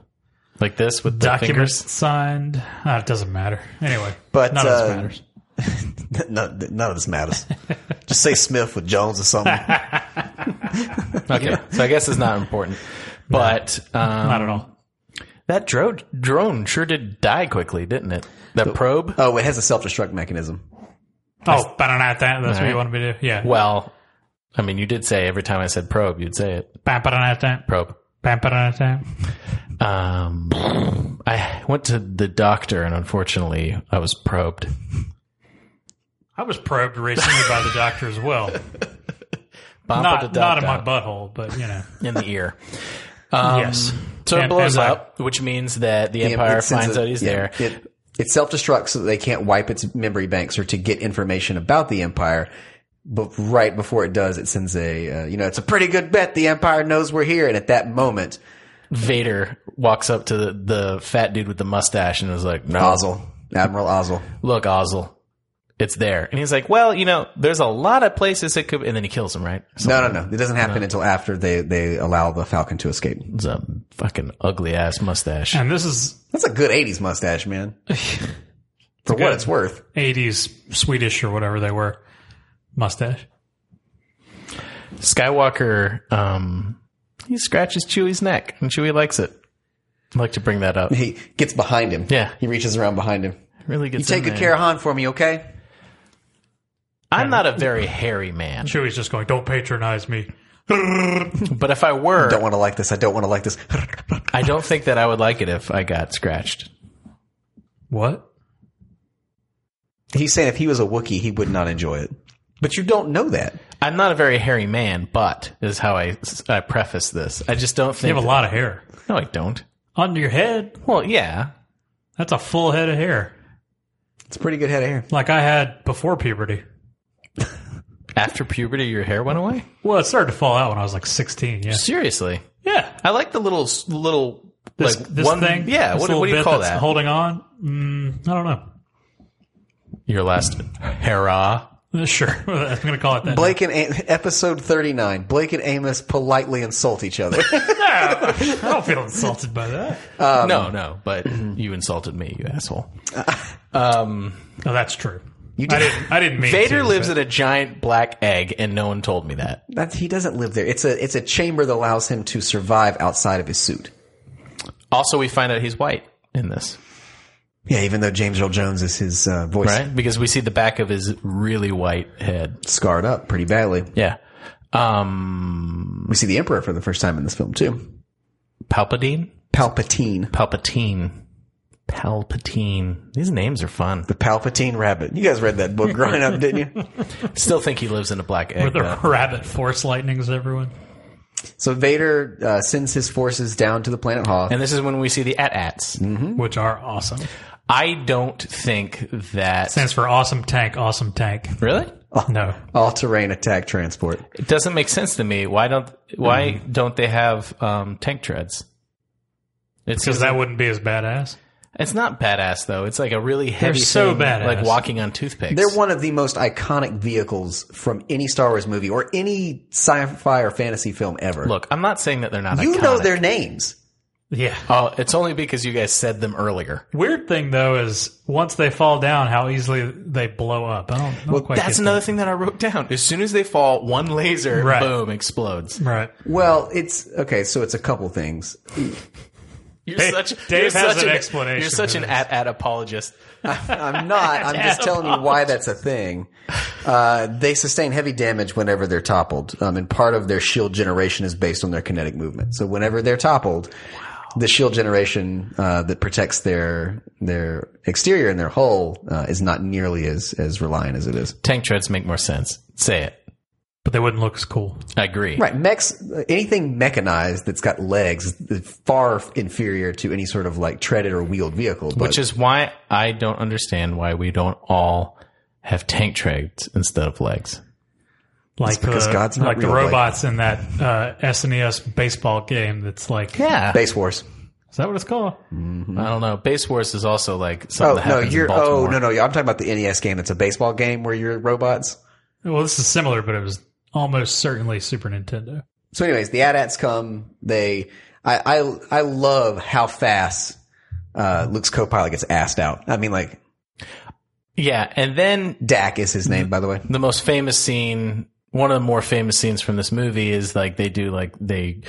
like this with the document fingers? signed? Uh, it doesn't matter anyway. But, none of uh, this matters. none, none of this matters. Just say Smith with Jones or something. Okay, so I guess it's not important. But um, Not at all. that dro- drone sure did die quickly, didn't it? That probe. Oh, it has a self destruct mechanism. Oh, but not that. That's what Alright. you wanted me to do. Yeah. Well, I mean, you did say every time I said probe, you'd say it Bam, ba-da-na, tam. probe. Bam, ba-da-na, tam. Um, I went to the doctor, and unfortunately, I was probed. I was probed recently by the doctor as well. Bump Not, it a not in my dum-dum. butthole, but you know. in the ear. Um, yes. So it And- blows and my- up, which means that the It- Empire it sends finds a- out he's yeah, there. It, it self destructs so that they can't wipe its memory banks or to get information about the Empire. But right before it does, it sends a, uh, you know, it's a pretty good bet the Empire knows we're here. And at that moment, Vader walks up to the, the fat dude with the mustache and is like, "No, Ozzel, Admiral Ozzel, look, Ozzel, it's there." And he's like, "Well, you know, there's a lot of places it could." And then he kills him. Right? So no, no, no. It doesn't happen until after they, they allow the Falcon to escape. it's a fucking ugly ass mustache. And this is That's a good 80s mustache, man. For what good. it's worth. 80s Swedish or whatever they were. Mustache. Skywalker, um, he scratches Chewie's neck, and Chewie likes it. I'd like to bring that up. He gets behind him. Yeah. He reaches around behind him. Really gets You take in good there. care of Han for me, okay? I'm not a very hairy man, Chewie's just going, don't patronize me. but if I were, Don't want to like this. I don't want to like this. I don't think that I would like it if I got scratched. What? He's saying if he was a Wookiee, he would not enjoy it. But you don't know that. I'm not a very hairy man, but is how I, I preface this. I just don't think. You have a lot of hair. No, I don't. Under your head, Well, yeah. that's a full head of hair. It's a pretty good head of hair. Like I had before puberty. After puberty, your hair went away. Well, it started to fall out when I was like 16, yeah. Seriously, Yeah. I like the little little This, like this one thing? Yeah. this What, little what do you bit call that's that? holding on? Mm, I don't know. your last hurrah. Sure. I'm going to call it that. Blake and A- episode 39. Blake and Amos politely insult each other. I don't feel insulted by that. no, no. But you insulted me, you asshole. No, that's true. I didn't. I didn't mean. Vader to, lives but- in a giant black egg, and no one told me that. that he doesn't live there. It's a it's a chamber that allows him to survive outside of his suit. Also, we find out he's white in this, Yeah, even though James Earl Jones is his uh, voice right? Because we see the back of his really white head. scarred up pretty badly. Yeah. Um, We see the Emperor for the first time in this film too. Palpatine? Palpatine, Palpatine. Palpatine. These names are fun. the Palpatine Rabbit. You guys read that book growing up, didn't you? Still think he lives in a black Were egg. there though. rabbit force lightnings, everyone? So Vader uh, sends his forces down to the planet Hoth. And this is when we see the at-ats. Which are awesome. I don't think that... Stands for awesome tank, awesome tank. really? No. all terrain attack transport. It doesn't make sense to me. Why don't Why Mm-hmm. don't they have um, tank treads? It's Because that wouldn't be as badass. It's not badass though. It's like a really heavy. so thing, badass. Like walking on toothpicks. They're one of the most iconic vehicles from any Star Wars movie or any sci-fi or fantasy film ever. Look, I'm not saying that they're not. you iconic. know their names. Yeah. Oh, it's only because you guys said them earlier. Uh, Weird thing though is once they fall down, how easily they blow up. I don't, I don't quite. That's get another thing that I wrote down. As soon as they fall, one laser, Right. boom, explodes. that. right. Well, it's okay. So it's a couple things. You're Dave- such. Dave you're has such an explanation You're such for an this. at at apologist. I'm not. I'm just telling you why that's a thing. Uh, they sustain heavy damage whenever they're toppled, um, and part of their shield generation is based on their kinetic movement. So whenever they're toppled, the shield generation uh, that protects their their exterior and their hull uh, is not nearly as as reliant as it is. Tank treads make more sense. Say it. But they wouldn't look as cool. I agree. Right, mechs. Anything mechanized that's got legs is far inferior to any sort of like treaded or wheeled vehicle. But Which is why I don't understand why we don't all have tank treads instead of legs. Like because the, God's not like the real, Blake. robots in that uh, SNES baseball game. That's like Yeah. base wars. is that what it's called? Mm-hmm. I don't know. Base Wars is also like something Oh that no, happens you're. in Baltimore. Oh no, no. I'm talking about the NES game. That's a baseball game where you're robots. Well, this is similar, but it was almost certainly Super Nintendo. So, anyways, the AT-ATs come. They. I. I. I love how fast uh, Luke's co-pilot gets assed out. I mean, like Yeah, and then Dak is his Mm-hmm. name, by the way. the most famous scene, one of the more famous scenes from this movie is like they do like they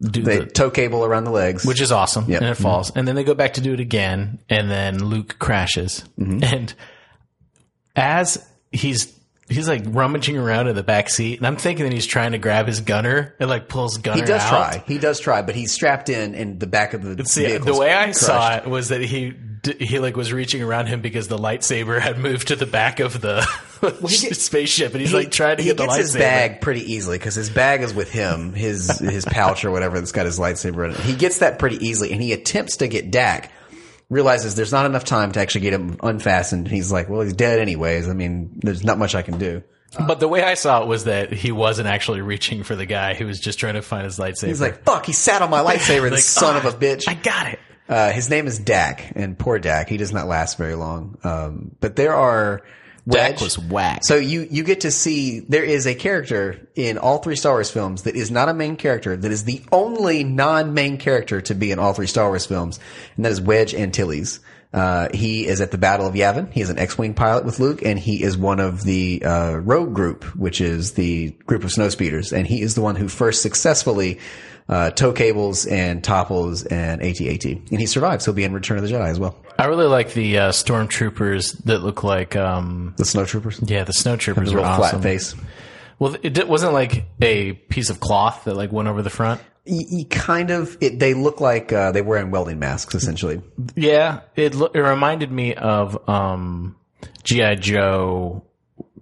do They the, tow cable around the legs. which is awesome, Yep. Mm-hmm. and it falls, and then they go back to do it again, and then Luke crashes, Mm-hmm. and as he's he's like rummaging around in the back seat, and I'm thinking that he's trying to grab his gunner, and like pulls gunner. he does out. try. He does try, but he's strapped in, and the back of the See, vehicle's the way I crushed. saw it was that he d- he like was reaching around him because the lightsaber had moved to the back of the get- spaceship, and he's like trying to he get the gets lightsaber. his bag pretty easily because his bag is with him, his his pouch or whatever that's got his lightsaber in it. He gets that pretty easily, and he attempts to get Dak. Realizes there's not enough time to actually get him unfastened. He's like, "Well, he's dead anyways. I mean, there's not much I can do." But the way I saw it was that he wasn't actually reaching for the guy; he was just trying to find his lightsaber. He's like, "Fuck! He sat on my lightsaber, the Like, son "Ah, of a bitch." I got it. Uh, his name is Dak, and poor Dak, he does not last very long. Um, but there are Dak Wedge- was whack. So you you get to see there is a character in all three Star Wars films that is not a main character that is the only non-main character to be in all three Star Wars films, and that is Wedge Antilles. Uh, he is at the Battle of Yavin. He is an X-wing pilot with Luke, and he is one of the uh, rogue group, which is the group of snowspeeders, and he is the one who first successfully uh, tow cables and topples an AT-AT, and he survives. He'll be in Return of the Jedi as well. I really like the uh, stormtroopers that look like, um, The snowtroopers, yeah, the snowtroopers the were real awesome. flat face. Well, it di- wasn't like a piece of cloth that like went over the front. Y- y- kind of. It, they look like uh, they wearing welding masks, essentially. Yeah, it lo- it reminded me of um GI Joe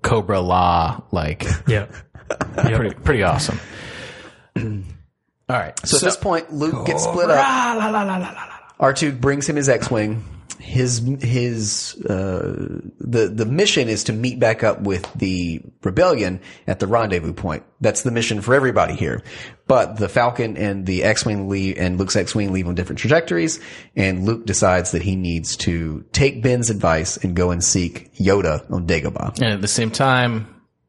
Cobra Law like Yeah. pretty pretty awesome. All right. So, at this point, Luke gets split up. R two brings him his X wing. His his uh, the the mission is to meet back up with the rebellion at the rendezvous point. That's the mission for everybody here. But the Falcon and the X wing leave, and Luke's X wing leave on different trajectories. And Luke decides that he needs to take Ben's advice and go and seek Yoda on Dagobah. and at the same time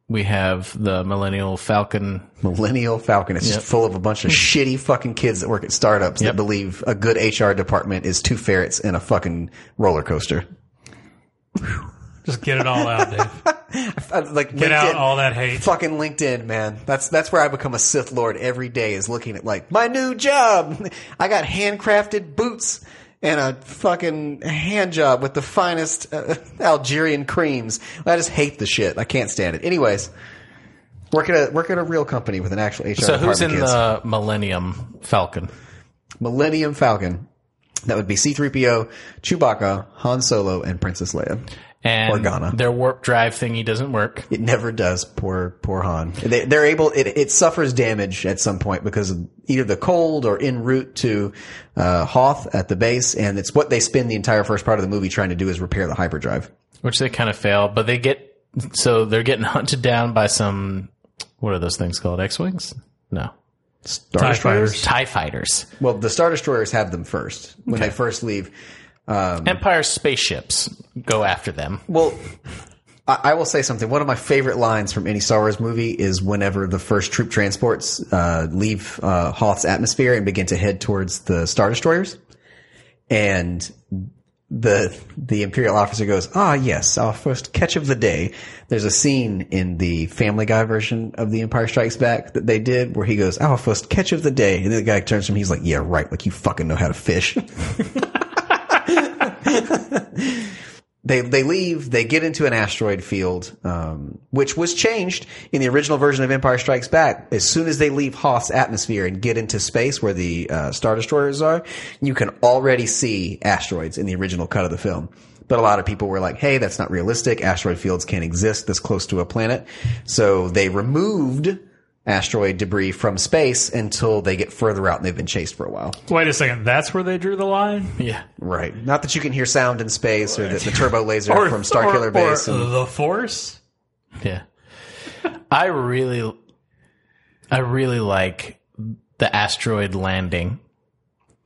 we have the Millennial Falcon. Millennial Falcon. It's just full of a bunch of shitty fucking kids that work at startups that believe a good HR department is two ferrets and a fucking roller coaster. Just get it all out, Dave. Uh, Like Get out LinkedIn, all that hate. fucking LinkedIn, man. That's that's where I become a Sith Lord every day. Is looking at like my new job. I got handcrafted boots and a fucking hand job with the finest uh, Algerian creams. I just hate the shit. I can't stand it. Anyways. Work at a work at a real company with an actual So HR department. who's in kids. the Millennium Falcon? Millennium Falcon. That would be C-3PO, Chewbacca, Han Solo, and Princess Leia. And Organa. their warp drive thingy doesn't work. It never does. Poor, poor Han. They, they're able. It, it suffers damage at some point because of either the cold or en route to uh, Hoth at the base, and it's what they spend the entire first part of the movie trying to do is repair the hyperdrive. which they kind of fail, but they get so they're getting hunted down by some what are those things called? X wings? No, Star TIE Destroyers? fighters. Tie fighters. Well, the Star Destroyers have them first when they first leave. Empire spaceships go after them. Well, I, I will say something. One of my favorite lines from any Star Wars movie is whenever the first troop transports uh, leave uh, Hoth's atmosphere and begin to head towards the Star Destroyers, and the the Imperial officer goes, "Ah, yes, our first catch of the day." There's a scene in the Family Guy version of The Empire Strikes Back that they did where he goes, "Our first catch of the day," and then the guy turns to him, he's like, "Yeah, right. Like you fucking know how to fish." they they leave. They get into an asteroid field, um, which was changed in the original version of Empire Strikes Back. As soon as they leave Hoth's atmosphere and get into space where the uh, star destroyers are, you can already see asteroids in the original cut of the film. But a lot of people were like, "Hey, that's not realistic. Asteroid fields can't exist this close to a planet." So they removed asteroid debris from space until they get further out and they've been chased for a while. Wait a second. That's where they drew the line. Yeah. Right. Not that you can hear sound in space or that the turbo laser from Starkiller or- Base. or and- the Force. Yeah. I really I really like the asteroid landing.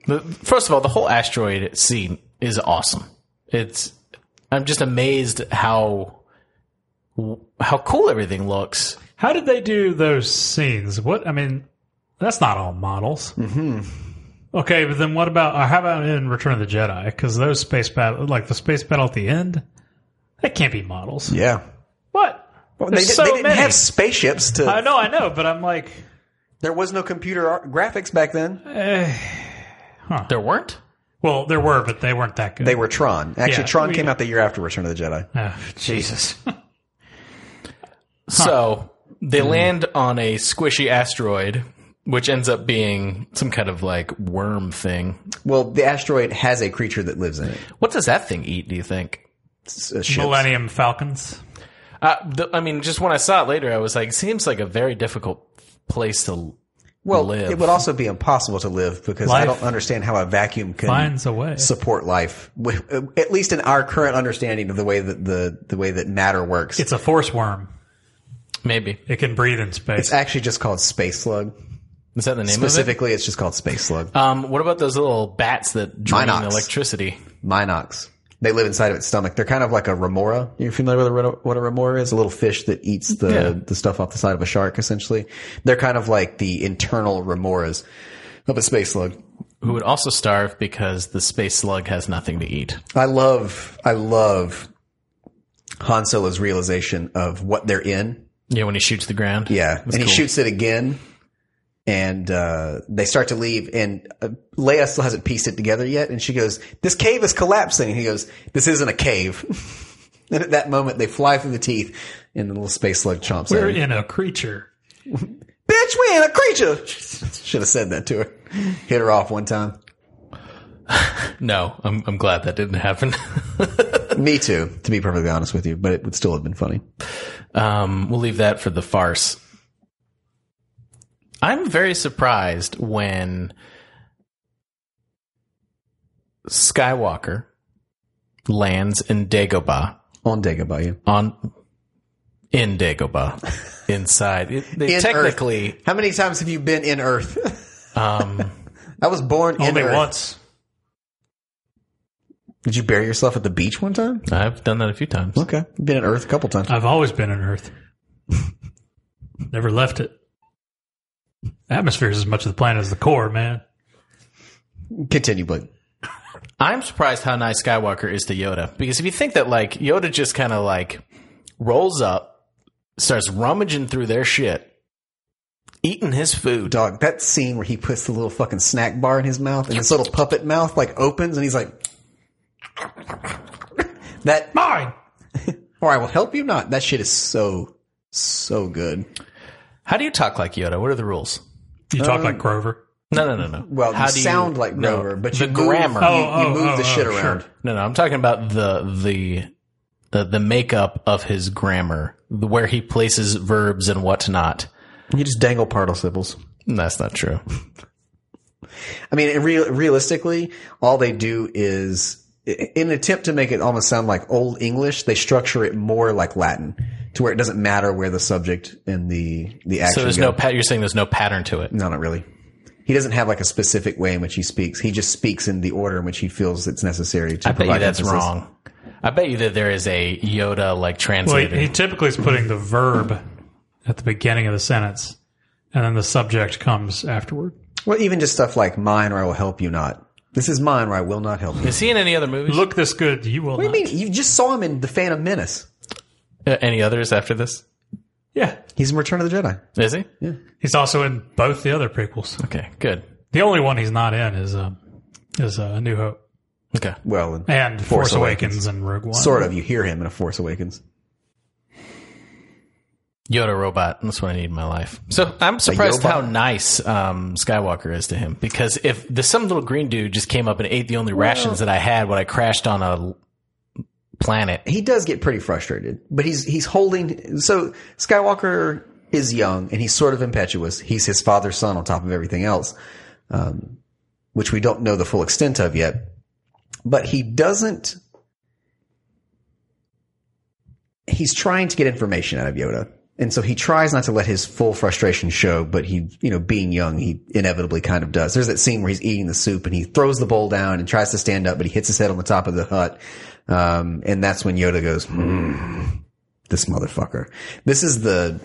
The, first of all, the whole asteroid scene is awesome. It's I'm just amazed how how cool everything looks. How did they do those scenes? What I mean, that's not all models. Mm-hmm. Okay, but then what about? Or how about in Return of the Jedi? Because those space battle, like the space battle at the end, that can't be models. yeah. What? Well, they, There's did, so they didn't many. have spaceships to. I know, I know, but I'm like, There was no computer ar- graphics back then. There weren't? well, there were, but they weren't that good. They were Tron. Actually, Yeah. Tron We- came out the year after Return of the Jedi. Oh, Jesus. So they land on a squishy asteroid, which ends up being some kind of like worm thing. Well, the asteroid has a creature that lives in it. uh, What does that thing eat? Do you think? It's a ship. Millennium Falcons. Uh, th- I mean, just when I saw it later, I was like, seems like a very difficult place to. Well, live. it would also be impossible to live because I Life don't understand how a vacuum can Finds a way. support life. With- uh, At least in our current understanding of the way that the, the way that matter works, It's a force worm. Maybe It can breathe in space. it's actually just called space slug. is that the name of Specifically, it's just called space slug. it? Um, what about those little bats that drain Minox. electricity? Minox. They live inside of its stomach. They're kind of like a remora. You're familiar with a, red- what a remora is? A little fish that eats the, Yeah. the stuff off the side of a shark, essentially. They're kind of like the internal remoras of a space slug. Who would also starve because the space slug has nothing to eat. I love, I love Han Solo's realization of what they're in Yeah, when he shoots the ground. Yeah, and he shoots it again, and uh, they start to leave. And uh, Leia still hasn't pieced it together yet, and she goes, "This cave is collapsing." And he goes, "This isn't a cave." and at that moment, they fly through the teeth, and the little space slug chomps We're her. in a creature. Bitch, we ain't a creature. Should have said that to her. Hit her off one time. No, I'm I'm glad that didn't happen. Me too, to be perfectly honest with you, but it would still have been funny. Um, we'll leave that for the farce. I'm very surprised when Skywalker lands in Dagobah On Dagobah, yeah. on in Dagobah inside. It, they In technically, Earth. how many times have you been in Earth? um, I was born in Only Earth. once. Did you bury yourself at the beach one time? I've done that a few times. Okay, been in Earth a couple times. I've always been on Earth. Never left it. Atmosphere is as much of the planet as the core, man. Continue, but I'm surprised how nice Skywalker is to Yoda because if you think that like Yoda just kind of like rolls up, starts rummaging through their shit, eating his food. dog, that scene where he puts the little fucking snack bar in his mouth and his little puppet mouth like opens and he's like, that, Mine. or I will help you not. That shit is so, so good. How do you talk like Yoda? What are the rules? You talk Oh. like Grover. No, no, no, no. Well, How you do sound like no, Grover, but the you move, grammar. you, Oh, you oh, move the oh, shit oh, around. sure. No, no, I'm talking about the the the, the makeup of his grammar, the- where he places verbs and whatnot. You just dangle participles. That's not true. I mean, it real, realistically, all they do is, i- in an attempt to make it almost sound like old English, they structure it more like Latin to where it doesn't matter where the subject and the, the action So there's go. no pat. You're saying there's no pattern to it. No, not really. he doesn't have like a specific way in which he speaks. He just speaks in the order in which he feels it's necessary to I bet you provide that's emphasis. wrong. I bet you that there is a Yoda like Well, he, translator. he typically is putting the verb at the beginning of the sentence, and then the subject comes afterward. Well, even just stuff like mine or I will help you not. This is mine or I will not help you. is he in any other movies? Look this good, you will I not. mean, you just saw him in The Phantom Menace. Uh, any others after this? Yeah, He's in Return of the Jedi. Is he? he's also in both the other prequels. Okay, good. The only one he's not in is um is uh, A New Hope Okay. Well, and and Force, Force Awakens. and Rogue One. sort of. You hear him in A Force Awakens. Yoda robot. That's what I need in my life. So I'm surprised how nice um, Skywalker is to him because if the some little green dude just came up and ate the only rations that I had when I crashed on a l- planet. He does get pretty frustrated, but he's he's holding. So Skywalker is young and he's sort of impetuous. He's his father's son on top of everything else, um, which we don't know the full extent of yet. But he doesn't. He's trying to get information out of Yoda. And so he tries not to let his full frustration show, but he, you know, being young, he inevitably kind of does. There's that scene where he's eating the soup and he throws the bowl down and tries to stand up, but he hits his head on the top of the hut. Um, and that's when Yoda goes, hmm, this motherfucker. This is the,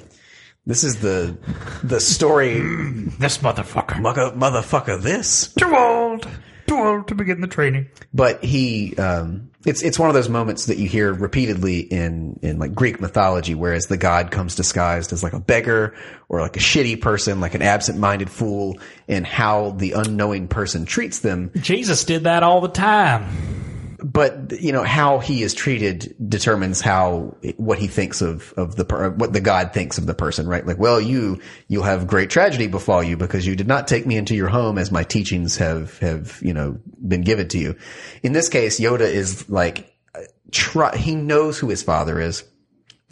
this is the, the story, This motherfucker. "Mugga- motherfucker, this. Too old. Too old to begin the training. but he um it's it's one of those moments that you hear repeatedly in in like Greek mythology whereas the god comes disguised as like a beggar or like a shitty person like an absent-minded fool and how the unknowing person treats them Jesus did that all the time. but you know how he is treated determines how what he thinks of of the per- what the god thinks of the person right like well you you'll have great tragedy befall you because you did not take me into your home as my teachings have have you know been given to you in this case yoda is like try he knows who his father is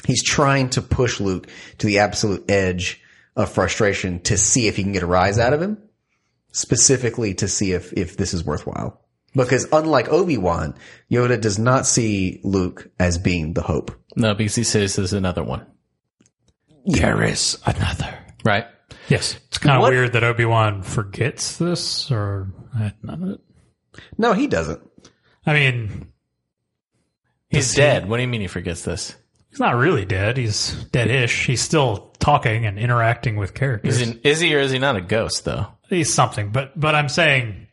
he's trying to push luke to the absolute edge of frustration to see if he can get a rise out of him specifically to see if if this is worthwhile. Because unlike Obi Wan, Yoda does not see Luke as being the hope. No, because he says there's another one, There is another. right? Yes. It's kind of What- weird that Obi Wan forgets this, or I, none of it. No, he doesn't. I mean, He's dead. What do you mean he forgets this? he's not really dead. He's dead-ish. He's still talking and interacting with characters. Is He's, he, is he or is he not a ghost though? something, but but I'm saying,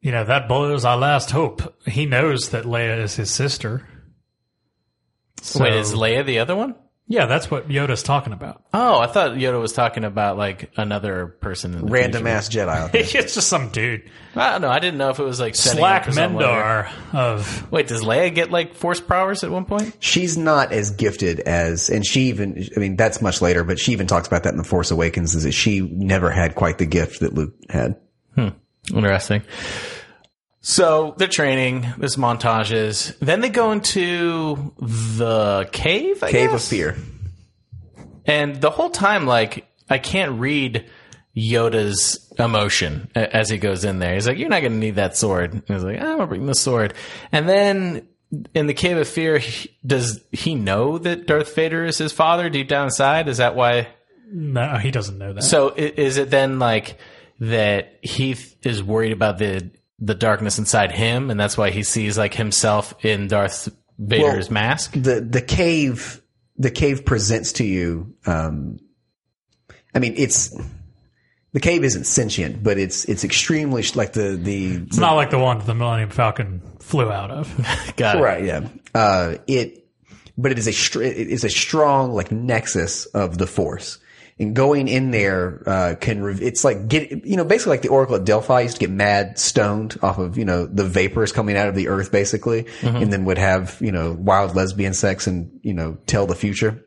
you know, that blows our last hope. He knows that Leia is his sister. So, Wait, is Leia the other one? yeah, that's what Yoda's talking about. Oh, I thought Yoda was talking about like another person. In the Random future. ass Jedi. out there. it's just some dude. I don't know. I didn't know if it was like setting Slack up for someone or- Mendar of Wait, does Leia get like force powers at one point? She's not as gifted as, and she even, I mean, that's much later, but she even talks about that in The Force Awakens is that she never had quite the gift that Luke had. Interesting. So they're training. This montage is. Then they go into the cave. I Cave of guess? Fear. And the whole time, like I can't read Yoda's emotion a- as he goes in there. He's like, "You're not going to need that sword." And he's like, "Ah, "I'm gonna bring the sword." And then in the Cave of Fear, he, does he know that Darth Vader is his father deep down inside? Is that why? no, he doesn't know that. So i- is it then like that he th- is worried about the the darkness inside him, and that's why he sees like himself in Darth Vader's Well, mask? the the cave the cave presents to you um i mean it's the cave isn't sentient but it's it's extremely sh- like the the It's not like the one that the Millennium Falcon flew out of. Got it. right yeah uh it but it is a str- it is a strong like nexus of the force and going in there uh, can re- it's like get you know basically like the oracle at delphi used to get mad stoned off of you know the vapors coming out of the earth basically and then would have you know wild lesbian sex and you know tell the future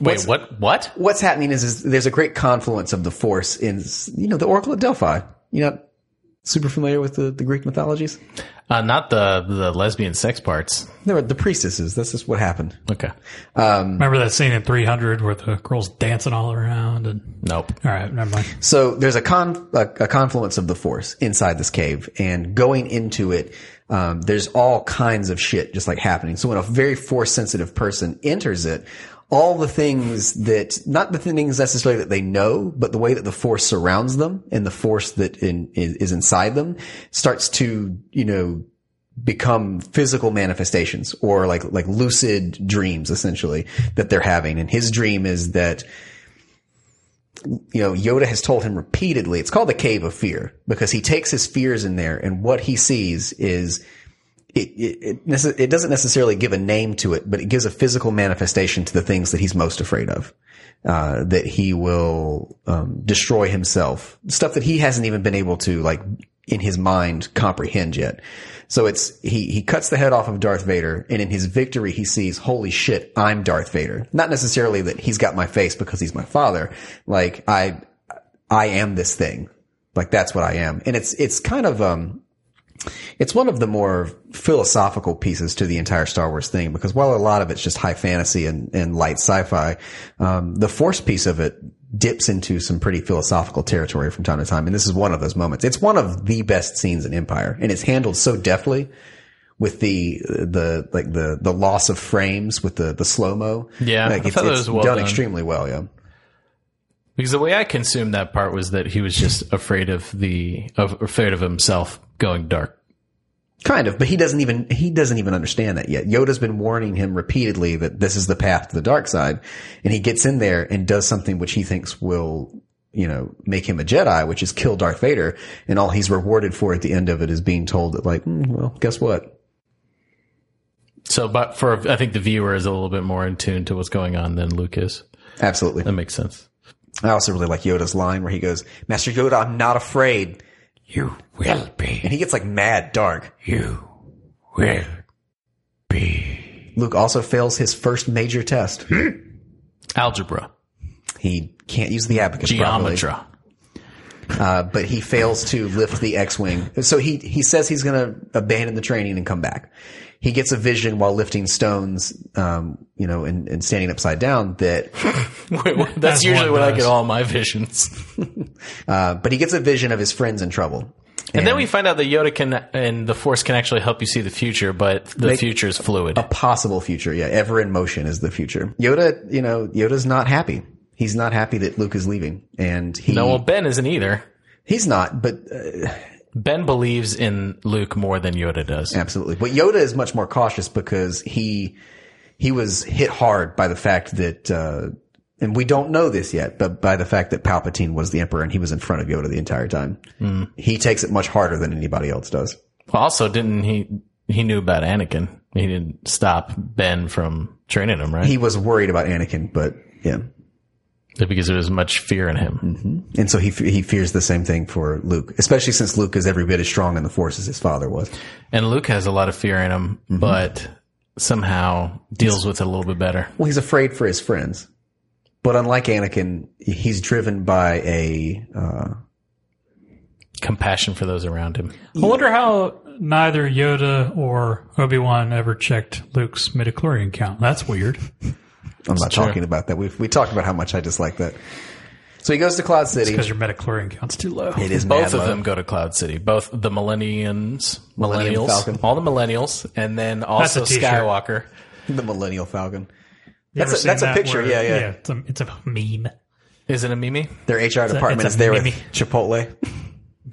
Wait, what? What? what's happening is, is there's a great confluence of the force in you know the Oracle at Delphi. You know, super familiar with the, the Greek mythologies. Uh, not the the lesbian sex parts. There were the priestesses. That's just what happened. Okay. Remember that scene in 300 where the girl's dancing all around? And Nope. all right, never mind. So there's a con a, a confluence of the force inside this cave, and going into it, um, there's all kinds of shit just like happening. So when a very force sensitive person enters it, all the things that not the things necessarily that they know, but the way that the force surrounds them and the force that in, is, is inside them starts to you know become physical manifestations or like like lucid dreams essentially that they're having. And his dream is that you know, Yoda has told him repeatedly, it's called the cave of fear because he takes his fears in there and what he sees is it, it, it, nece- it doesn't necessarily give a name to it, but it gives a physical manifestation to the things that he's most afraid of. Uh, that he will, um, destroy himself. Stuff that he hasn't even been able to, like, in his mind comprehend yet. So it's, he, he cuts the head off of Darth Vader and in his victory he sees, holy shit, I'm Darth Vader. Not necessarily that he's got my face because he's my father. Like, I, I am this thing. Like, that's what I am. And it's, it's kind of, um, it's one of the more philosophical pieces to the entire Star Wars thing because while a lot of it's just high fantasy and, and light sci-fi, um, the Force piece of it dips into some pretty philosophical territory from time to time, and this is one of those moments. It's one of the best scenes in Empire, and it's handled so deftly with the the like the the loss of frames with the the slow mo. Yeah, like I it's, thought that it's was well done done. extremely well. Yeah. Because the way I consumed that part was that he was just afraid of the of afraid of himself going dark. Kind of, but he doesn't even he doesn't even understand that yet. Yoda's been warning him repeatedly that this is the path to the dark side, and he gets in there and does something which he thinks will, you know, make him a Jedi, which is kill Darth Vader, and all he's rewarded for at the end of it is being told that like, "Mm, well, guess what? So, but for I think the viewer is a little bit more in tune to what's going on than Luke is. Absolutely. That makes sense. I also really like Yoda's line where he goes, "Master Yoda, I'm not afraid," You will be. and he gets like mad dark. You will be. Luke also fails his first major test. Algebra, He can't use the abacus properly. geometry. uh, but he fails to lift the X-wing. So he he says he's going to abandon the training and come back. He gets a vision while lifting stones, um, you know, and, and standing upside down. That, Wait, what- that's That's usually one when I does. get all my visions. uh, but he gets a vision of his friends in trouble. And then we find out that Yoda can and the Force can actually help you see the future, but the future is fluid. Possible future, yeah. Ever in motion is the future. Yoda, you know, Yoda's not happy. He's not happy that Luke is leaving, and he No, well, Ben isn't either. he's not. But uh, Ben believes in Luke more than Yoda does. Absolutely. But Yoda is much more cautious because he he was hit hard by the fact that uh and we don't know this yet, but by the fact that Palpatine was the emperor and he was in front of Yoda the entire time. He takes it much harder than anybody else does. Also, didn't he? He knew about Anakin. He didn't stop Ben from training him, right? He was worried about Anakin, but yeah. because there was much fear in him. And so he f- he fears the same thing for Luke, especially since Luke is every bit as strong in the force as his father was. And Luke has a lot of fear in him, but somehow deals with it a little bit better. Well, he's afraid for his friends, but unlike Anakin, he's driven by a uh, Compassion for those around him. I wonder how neither Yoda or Obi Wan ever checked Luke's midichlorian count. That's weird. I'm not talking about that. We've, we talked about how much I dislike that. So he goes to Cloud City. Because your midichlorian count's too low. It is Both mad of low. them go to Cloud City. Both the Millennials, Millennium Millennials, Falcon. all the Millennials, and then also That's a t-shirt. Skywalker. The Millennial Falcon. You ever That's a, seen that's a that picture. where- yeah, yeah, it's, a, it's a meme. Is it a Mimi? Their HR department it's is a there with meme. Chipotle.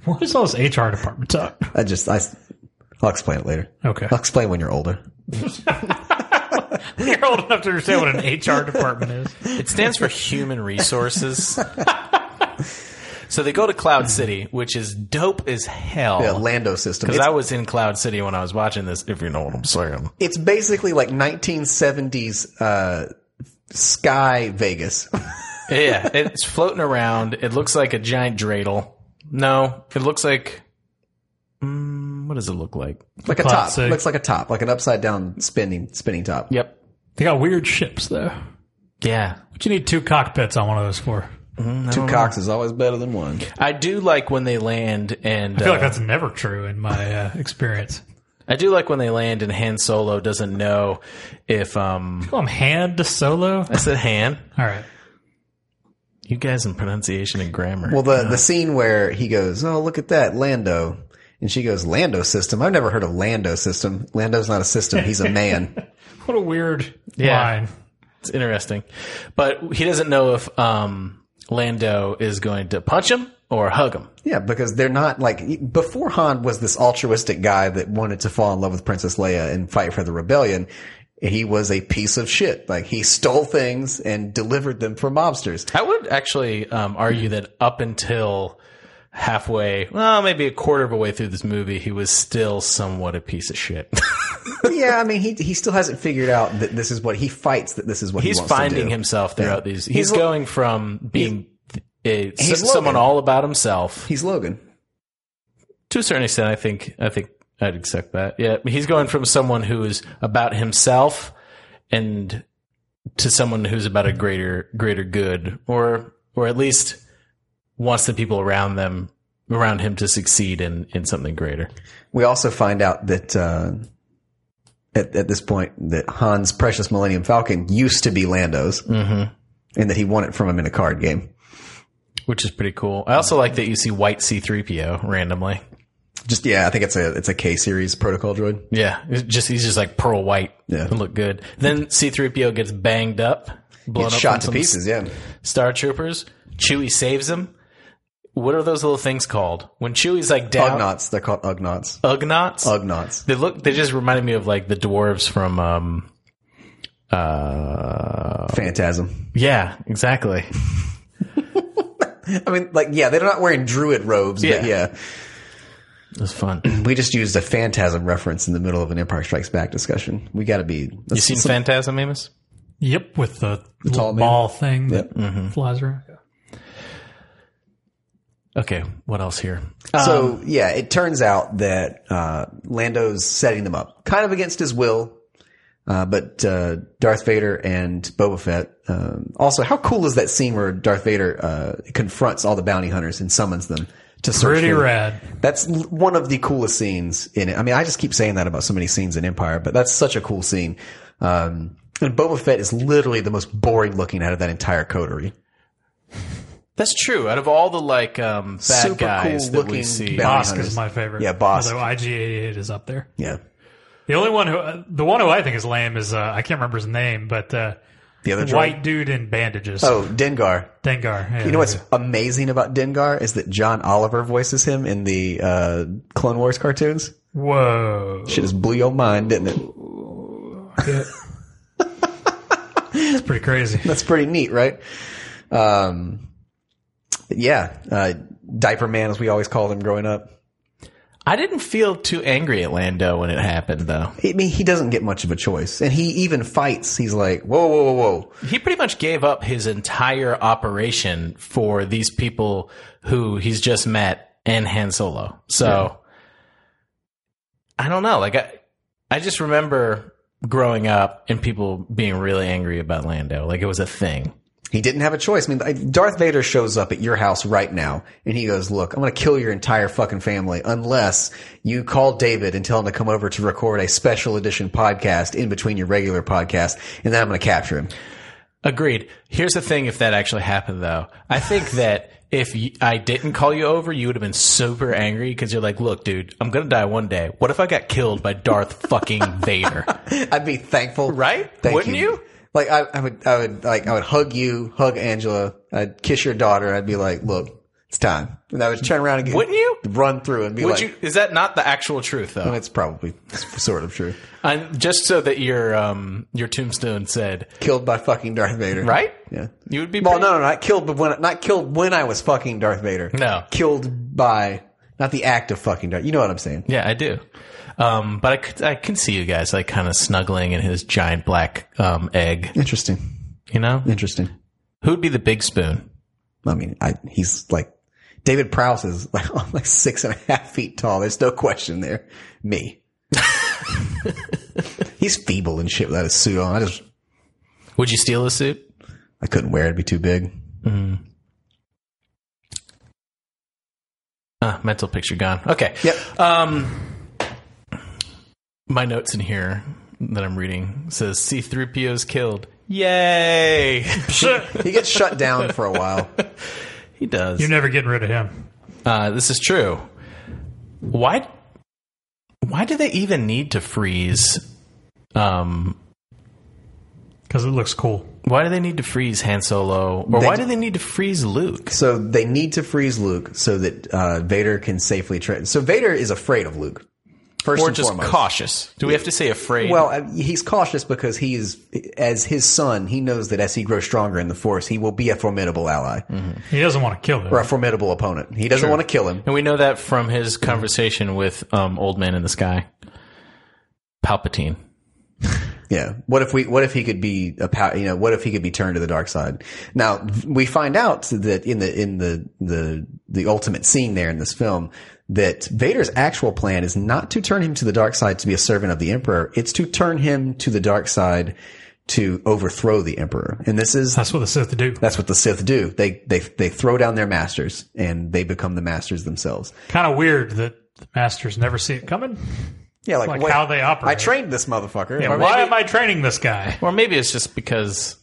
Where's all this HR department up? I just I. will explain it later. Okay. I'll explain when you're older. You're old enough to understand what an HR department is. It stands for Human Resources. so they go to Cloud City, which is dope as hell. The Lando system. because It's, I was in Cloud City when I was watching this, if you know what I'm saying. it's basically like 1970s uh, Sky Vegas. yeah, it's floating around. It looks like a giant dreidel. No, it looks like. Mm, what does it look like? like a Cloud top. City. Looks like a top, like an upside down spinning spinning top. Yep. They got weird ships, though. Yeah. What you need two cockpits on one of those for? Two cocks is always better than one. I do like when they land and I feel uh, like that's never true in my uh, experience. I do like when they land and Han Solo doesn't know if um Call him Hand Solo. I said Han. All right. You guys in pronunciation and grammar. Well, the the scene where he goes, "Oh, look at that, Lando," and she goes, "Lando system." I've never heard of Lando system. Lando's not a system; he's a man. What a weird Yeah. line. It's interesting, but he doesn't know if um, Lando is going to punch him or hug him. Yeah, because they're not like before Han was this altruistic guy that wanted to fall in love with Princess Leia and fight for the rebellion. He was a piece of shit. Like he stole things and delivered them for mobsters. I would actually um, argue that up until halfway, well, maybe a quarter of a way through this movie, he was still somewhat a piece of shit. yeah, I mean he he still hasn't figured out that this is what he fights. That this is what he's he wants to finding do. himself throughout these. He's, He's lo- going from being a, he's s- someone Logan. all about himself He's Logan. to a certain extent. I think. I think I'd accept that. Yeah, he's going from someone who is about himself and to someone who's about a greater greater good, or or at least wants the people around them around him to succeed in in something greater. We also find out that uh, at at this point that Han's precious Millennium Falcon used to be Lando's, Mm-hmm. and that he won it from him in a card game. Which is pretty cool. I also like that you see white C3PO randomly. Just yeah, I think it's a it's a K series protocol droid. Yeah, it's just he's just like pearl white. Yeah. It looked good. Then C-3PO gets banged up, blown It's up from shot to some pieces. Yeah. Star Troopers. Chewie saves him. What are those little things called? When Chewie's like down, Ugnaughts. They're called Ugnaughts. Ugnaughts. Ugnaughts. They look. They just reminded me of like the dwarves from. um uh Phantasm. yeah, exactly. I mean, like, yeah, they're not wearing druid robes, Yeah. but yeah. It was fun. We just used a phantasm reference in the middle of an Empire Strikes Back discussion. We got to be. You seen Phantasm, Amos? Yep, with the, tall little man. ball thing that mm-hmm. flies around. Okay, what else here? Um, So, yeah, it turns out that uh, Lando's setting them up, kind of against his will. Uh, but uh, Darth Vader and Boba Fett. Um, also, how cool is that scene where Darth Vader uh, confronts all the bounty hunters and summons them to search Pretty for- rad. That's l- one of the coolest scenes in it. I mean, I just keep saying that about so many scenes in Empire, but that's such a cool scene. Um, and Boba Fett is literally the most boring looking out of that entire coterie. That's true. Out of all the like um bad Super guys cool that we looking see, bad- Bosk hunters. is my favorite. Yeah, Bosk. Although IG88 is up there. Yeah. The only one who, uh, the one who I think is lame is uh, I can't remember his name, but uh, The other droid? white dude in bandages. Oh, Dengar. Dengar. yeah. You know what's amazing about Dengar is that John Oliver voices him in the uh, Clone Wars cartoons. Whoa! Shit just blew your mind, didn't it? it's pretty crazy. That's pretty neat, right? Um, yeah. Uh, Diaper Man, as we always called him growing up. I didn't feel too angry at Lando when it happened, though. I mean, he doesn't get much of a choice, and he even fights. He's like, "Whoa, whoa, whoa, whoa!" He pretty much gave up his entire operation for these people who he's just met and Han Solo. So I don't know. Like I, I just remember growing up and people being really angry about Lando. Like it was a thing. He didn't have a choice. I mean, I- Darth Vader shows up at your house right now, and he goes, "Look, I'm going to kill your entire fucking family unless you call David and tell him to come over to record a special edition podcast in between your regular podcast, and then I'm going to capture him." Agreed. Here's the thing: if that actually happened, though, I think that if y I I didn't call you over, you would have been super angry because you're like, "Look, dude, I'm gonna die one day. What if I got killed by Darth fucking Vader?" I'd be thankful, Right? Thank Wouldn't you? Like, I, I would, I would, like, I would hug you, hug Angela, I'd kiss your daughter, I'd be like, "Look." It's time. And I would turn around and get, Wouldn't you? run through and be Would like, you? Is that not the actual truth, though? That's probably sort of true. And just so that your um your tombstone said Killed by fucking Darth Vader. right, Yeah. you would be. Well, pretty- no, no, not killed, but when not killed when I was fucking Darth Vader. No. killed by not the act of fucking Darth. You know what I'm saying? Yeah, I do. Um, but I, could- I can see you guys like kind of snuggling in his giant black um egg. Interesting. You know, Interesting. who'd be the big spoon? I mean, I he's like David Prowse is like like six and a half feet tall. There's no question there. Me. he's feeble and shit without his suit on. I just Would you steal his suit? I couldn't wear it. It'd be too big. Uh, mental picture gone. Okay. Yep. Um, my notes in here that I'm reading says C3PO's killed. Yay! he gets shut down for a while. he does. You're never getting rid of him. uh, this is true. Why? Why do they even need to freeze? Um, Because it looks cool. Why do they need to freeze Han Solo? Or why do they need to freeze Luke? So they need to freeze Luke so that uh, Vader can safely. Tra- so Vader is afraid of Luke. First Or and just foremost. cautious? Do we have to say afraid? Well, uh, he's cautious because he is, as his son, he knows that as he grows stronger in the Force, he will be a formidable ally He doesn't want to kill him. or a formidable opponent. He doesn't want to kill him. and we know that from his conversation with um, Old Man in the Sky, Palpatine. Yeah. What if we? What if he could be a? pow- You know, what if he could be turned to the dark side? Now we find out that in the in the the the ultimate scene there in this film that Vader's actual plan is not to turn him to the dark side to be a servant of the Emperor. It's to turn him to the dark side to overthrow the Emperor. And this is That's what the Sith do. that's what the Sith do. They they they throw down their masters and they become the masters themselves. Kind of weird that the masters never see it coming. Yeah, like, Like wait, how they operate. I trained this motherfucker. Yeah, Or why maybe- am I training this guy? Or maybe it's just because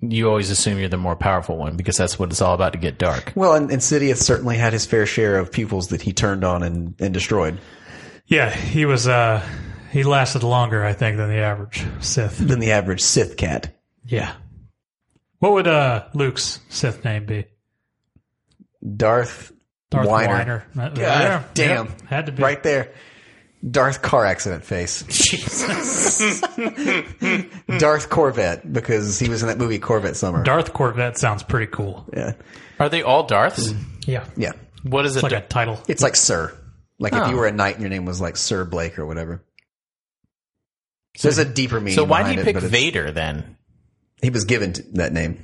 you always assume you're the more powerful one because that's what it's all about to get dark. Well, and, and Sidious certainly had his fair share of pupils that he turned on and, and destroyed Yeah, he was. uh He lasted longer, I think, than the average Sith. than the average Sith cat. Yeah. What would uh Luke's Sith name be? Darth, Darth Weiner. Weiner. That- God yeah, damn. yeah, had to be. Right there. Darth car accident face. Darth Corvette, because he was in that movie Corvette Summer. Darth Corvette sounds pretty cool. yeah. Are they all Darths? Yeah, Yeah. What is it's it? like a title. Mm. It's like Sir. Like if Oh. you were a knight and your name was like Sir Blake or whatever. There's a deeper meaning. so why do behind you it, pick but it's- Vader then? He was given t- that name.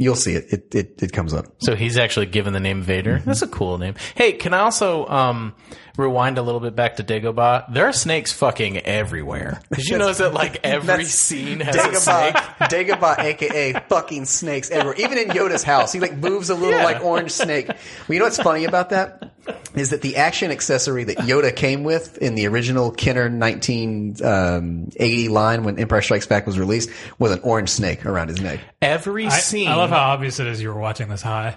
You'll see it. It it, it comes up. So he's actually given the name Mm-hmm. Vader. That's a cool name. Hey, can I also um, rewind a little bit back to Dagobah? There are snakes fucking everywhere. Did you notice that like every That's- scene has a Dagobah, snake? Dagobah, aka fucking snakes everywhere. Even in Yoda's house, he like moves a little Yeah. like orange snake. Well, you know what's funny about that is that the action accessory that Yoda came with in the original Kenner 1980 line when Empire Strikes Back was released was an orange snake around his neck. Every I, scene. I love how obvious it is. You were watching this high.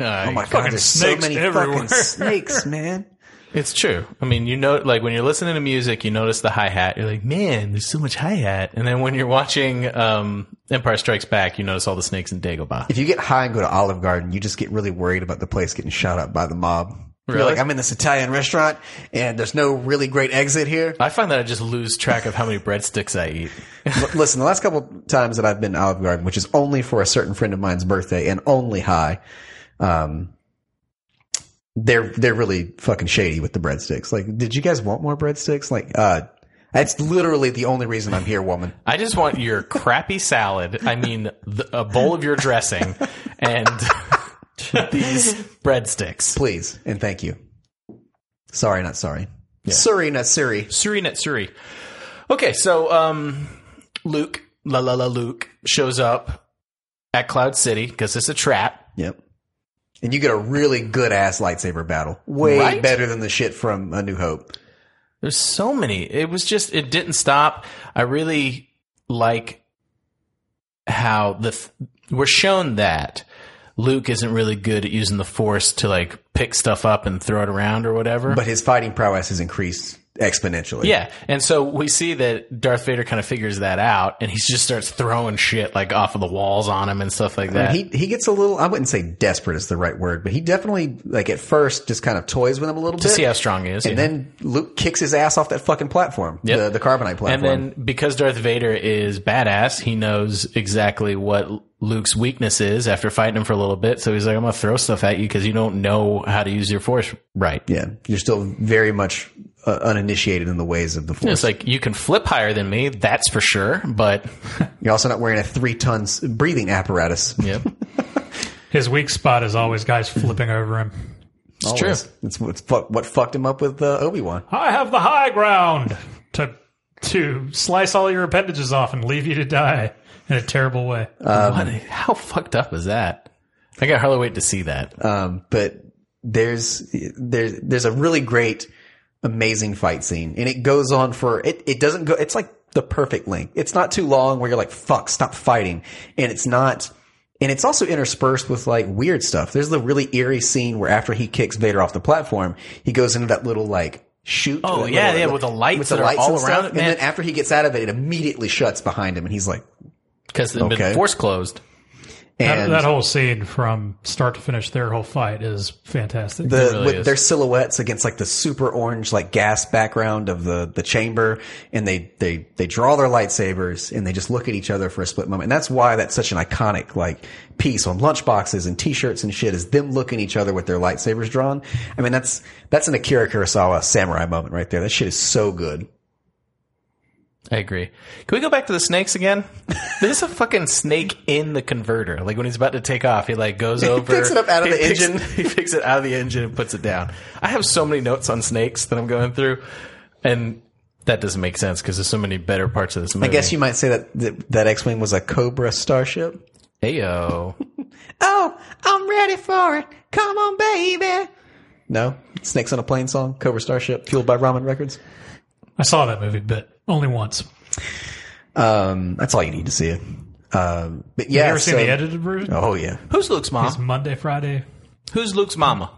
Uh, Oh my Fucking god, there's snakes so many everywhere. fucking snakes, man. It's true. I mean, you know, like when you're listening to music, you notice the hi hat. You're like, man, there's so much hi hat. And then when you're watching um, Empire Strikes Back, you notice all the snakes in Dagobah. If you get high and go to Olive Garden, you just get really worried about the place getting shot up by the mob. You're Really? like, I'm in this Italian restaurant and there's no really great exit here. I find that I just lose track of how many breadsticks I eat. L- Listen, the last couple times that I've been to Olive Garden, which is only for a certain friend of mine's birthday and only high, um, they're they're really fucking shady with the breadsticks. Like, did you guys want more breadsticks? Like, uh, that's literally the only reason I'm here, woman. I just want your crappy salad. I mean, the, a bowl of your dressing and these breadsticks. Please and thank you. Sorry, not sorry. Sorry, not sorry. Suri net Suri. Okay, so um, Luke, la la la Luke, shows up at Cloud City because it's a trap. Yep. And you get a really good ass lightsaber battle, way Right? better than the shit from A New Hope. There's so many. It was just it didn't stop. I really like how the f- we're shown that Luke isn't really good at using the Force to like pick stuff up and throw it around or whatever. But his fighting prowess has increased exponentially. yeah, and so we see that Darth Vader kind of figures that out, and he just starts throwing shit like off of the walls on him and stuff like that. he he gets a little. I wouldn't say desperate is the right word, but he definitely like at first just kind of toys with him a little to bit. see how strong he is, and yeah. then Luke kicks his ass off that fucking platform, Yep. the, the carbonite And platform. then because Darth Vader is badass, he knows exactly what Luke's weakness is after fighting him for a little bit. So he's like, I'm going to throw stuff at you because you don't know how to use your force right. yeah, you're still very much uh, uninitiated in the ways of the It's force. like, you can flip higher than me. That's for sure. But You're also not wearing a three ton s- breathing apparatus. yep. His weak spot is always guys flipping over him. It's true. It's what, what fucked him up with uh, Obi Wan. I have the high ground to to slice all your appendages off and leave you to die in a terrible way. Um, What- how fucked up is that? I can hardly wait to see that. Um, but there's there's there's a really great, amazing fight scene, and it goes on for it. It doesn't go. It's like the perfect length. It's not too long where you're like, "Fuck, stop fighting," and it's not. And it's also interspersed with like weird stuff. There's the really eerie scene where after he kicks Vader off the platform, he goes into that little like shoot. Oh, that yeah, little- yeah, with the lights that are all and around stuff. it, And man. then after he gets out of it, it immediately shuts behind him, and he's like, because they've Okay. been force closed. That, And that whole scene from start to finish, their whole fight is fantastic. the really with is. their silhouettes against like the super orange like gas background of the the chamber and they they they draw their lightsabers and they just look at each other for a split moment and that's why that's such an iconic like piece on lunchboxes and t-shirts and shit is them looking at each other with their lightsabers drawn i mean that's that's an akira kurosawa samurai moment right there that shit is so good I agree. Can we go back to the snakes again? There's a fucking snake in the converter. Like when he's about to take off, he like goes over, picks it up out of he the picks- engine. He picks it out of the engine and puts it down. I have so many notes on snakes that I'm going through, and that doesn't make sense because there's so many better parts of this movie. i guess you might say that that, that x-wing was a cobra starship Ayo. oh i'm ready for it come on baby no snakes on a plane song cobra starship fueled by ramen records I saw that movie, but only once. Um, that's all you need to see it. Um, but yeah, you ever so- seen the edited version? Oh yeah, Who's Luke's It's mom? Monday, Friday. Who's Luke's mama?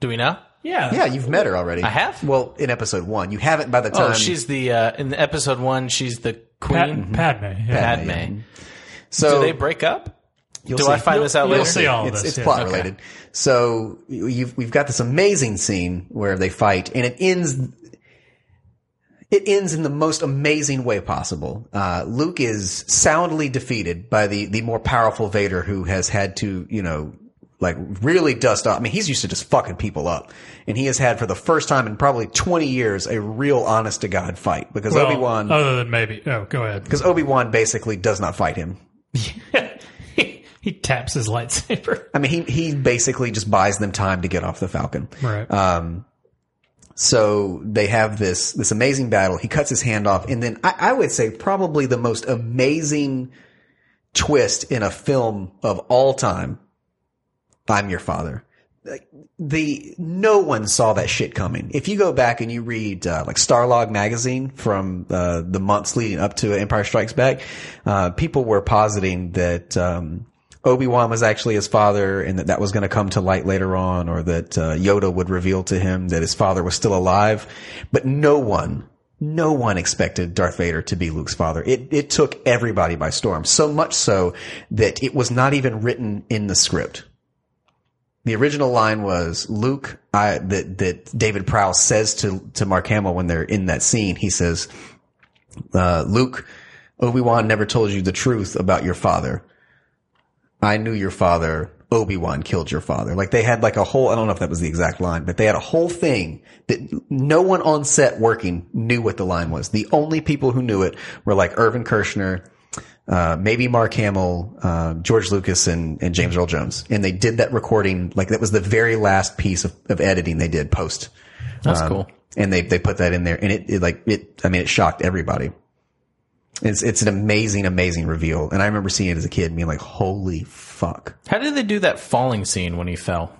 Do we know? Yeah. yeah. You've met her already. I have? Well, in episode one, you haven't by the Oh, time. she's the uh, in the episode one. She's the queen. Pat, Padme. Yeah. Padme. so Do they break up? you'll Do see. I find this out You'll later? see all of it's, this. it's yeah. plot Okay. related. So you've, we've got this amazing scene where they fight, and it ends. It ends in the most amazing way possible. Uh, Luke is soundly defeated by the the more powerful Vader, who has had to, you know, like really dust off. I mean, he's used to just fucking people up, and he has had for the first time in probably twenty years a real honest to god fight because Well, Obi Wan Other than maybe. Oh, go ahead. because Obi Wan basically does not fight him. he taps his lightsaber. I mean, he he basically just buys them time to get off the Falcon. Right. So they have this this amazing battle. He cuts his hand off, and then I, I would say probably the most amazing twist in a film of all time. I'm your father. Like, The no one saw that shit coming. If you go back and you read uh, like Starlog magazine from uh, the months leading up to Empire Strikes Back, uh, people were positing that um, Obi Wan was actually his father, and that that was going to come to light later on, or that uh, Yoda would reveal to him that his father was still alive. But no one, no one expected Darth Vader to be Luke's father. It it took everybody by storm. So much so that it was not even written in the script. The original line was Luke I, that that David Prowse says to to Mark Hamill when they're in that scene. He says, uh, "Luke, Obi Wan never told you the truth about your father. I knew your father. Obi Wan killed your father." Like they had like a whole. I don't know if that was the exact line, but they had a whole thing that no one on set working knew what the line was. The only people who knew it were like Irvin Kershner, uh, maybe Mark Hamill, um, George Lucas, and, and James Earl Jones. And they did that recording, like that was the very last piece of, of editing they did post. That's cool. And they, they put that in there and it, it like, it, I mean, it shocked everybody. It's, it's an amazing, amazing reveal. And I remember seeing it as a kid and being like, holy fuck. How did they do that falling scene when he fell?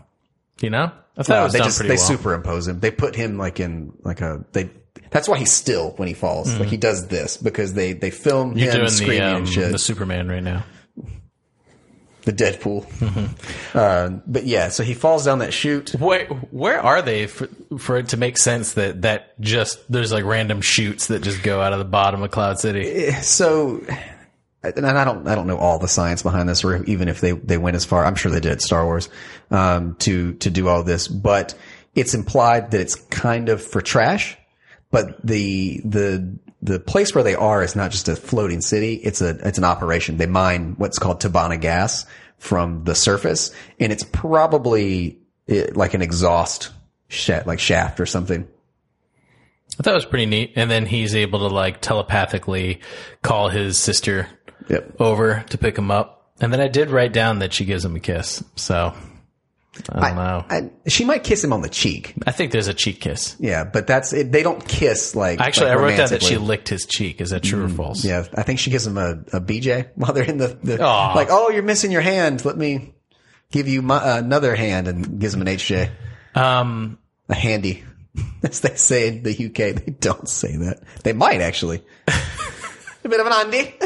You know, I thought it Uh, was they done just, they pretty well. superimpose him. They put him like in, like a, they, that's why he's still when he falls. Like he does this because they, they film Mm-hmm. You're him doing screaming the, um, and shit. the Superman right now. the Deadpool. Mm-hmm. Uh, but yeah, so he falls down that chute. Where where are they for, for it to make sense that that just there's like random shoots that just go out of the bottom of Cloud City? So, and I don't, I don't know all the science behind this, or even if they they went as far, I'm sure they did at Star Wars um, to to do all this. But it's implied that it's kind of for trash. But the the the place where they are is not just a floating city; it's a it's an operation. They mine what's called Tabana gas from the surface, and it's probably eh, like an exhaust sha- like shaft or something. I thought it was pretty neat. And then he's able to like telepathically call his sister Yep. over to pick him up. And then I did write down that she gives him a kiss. So I don't know. I, I, she might kiss him on the cheek. think there's a cheek kiss. Yeah, but that's it. They don't kiss like Actually, like I wrote down that she romantically. Mm, licked his cheek. Is that true or false? Yeah, I think she gives him a, a BJ while they're in the, the Aw. like. Oh, you're missing your hand. Let me give you my, another hand and gives him an HJ, Um, a handy, as they say in the UK. They don't say that. They might actually. a bit of an handy.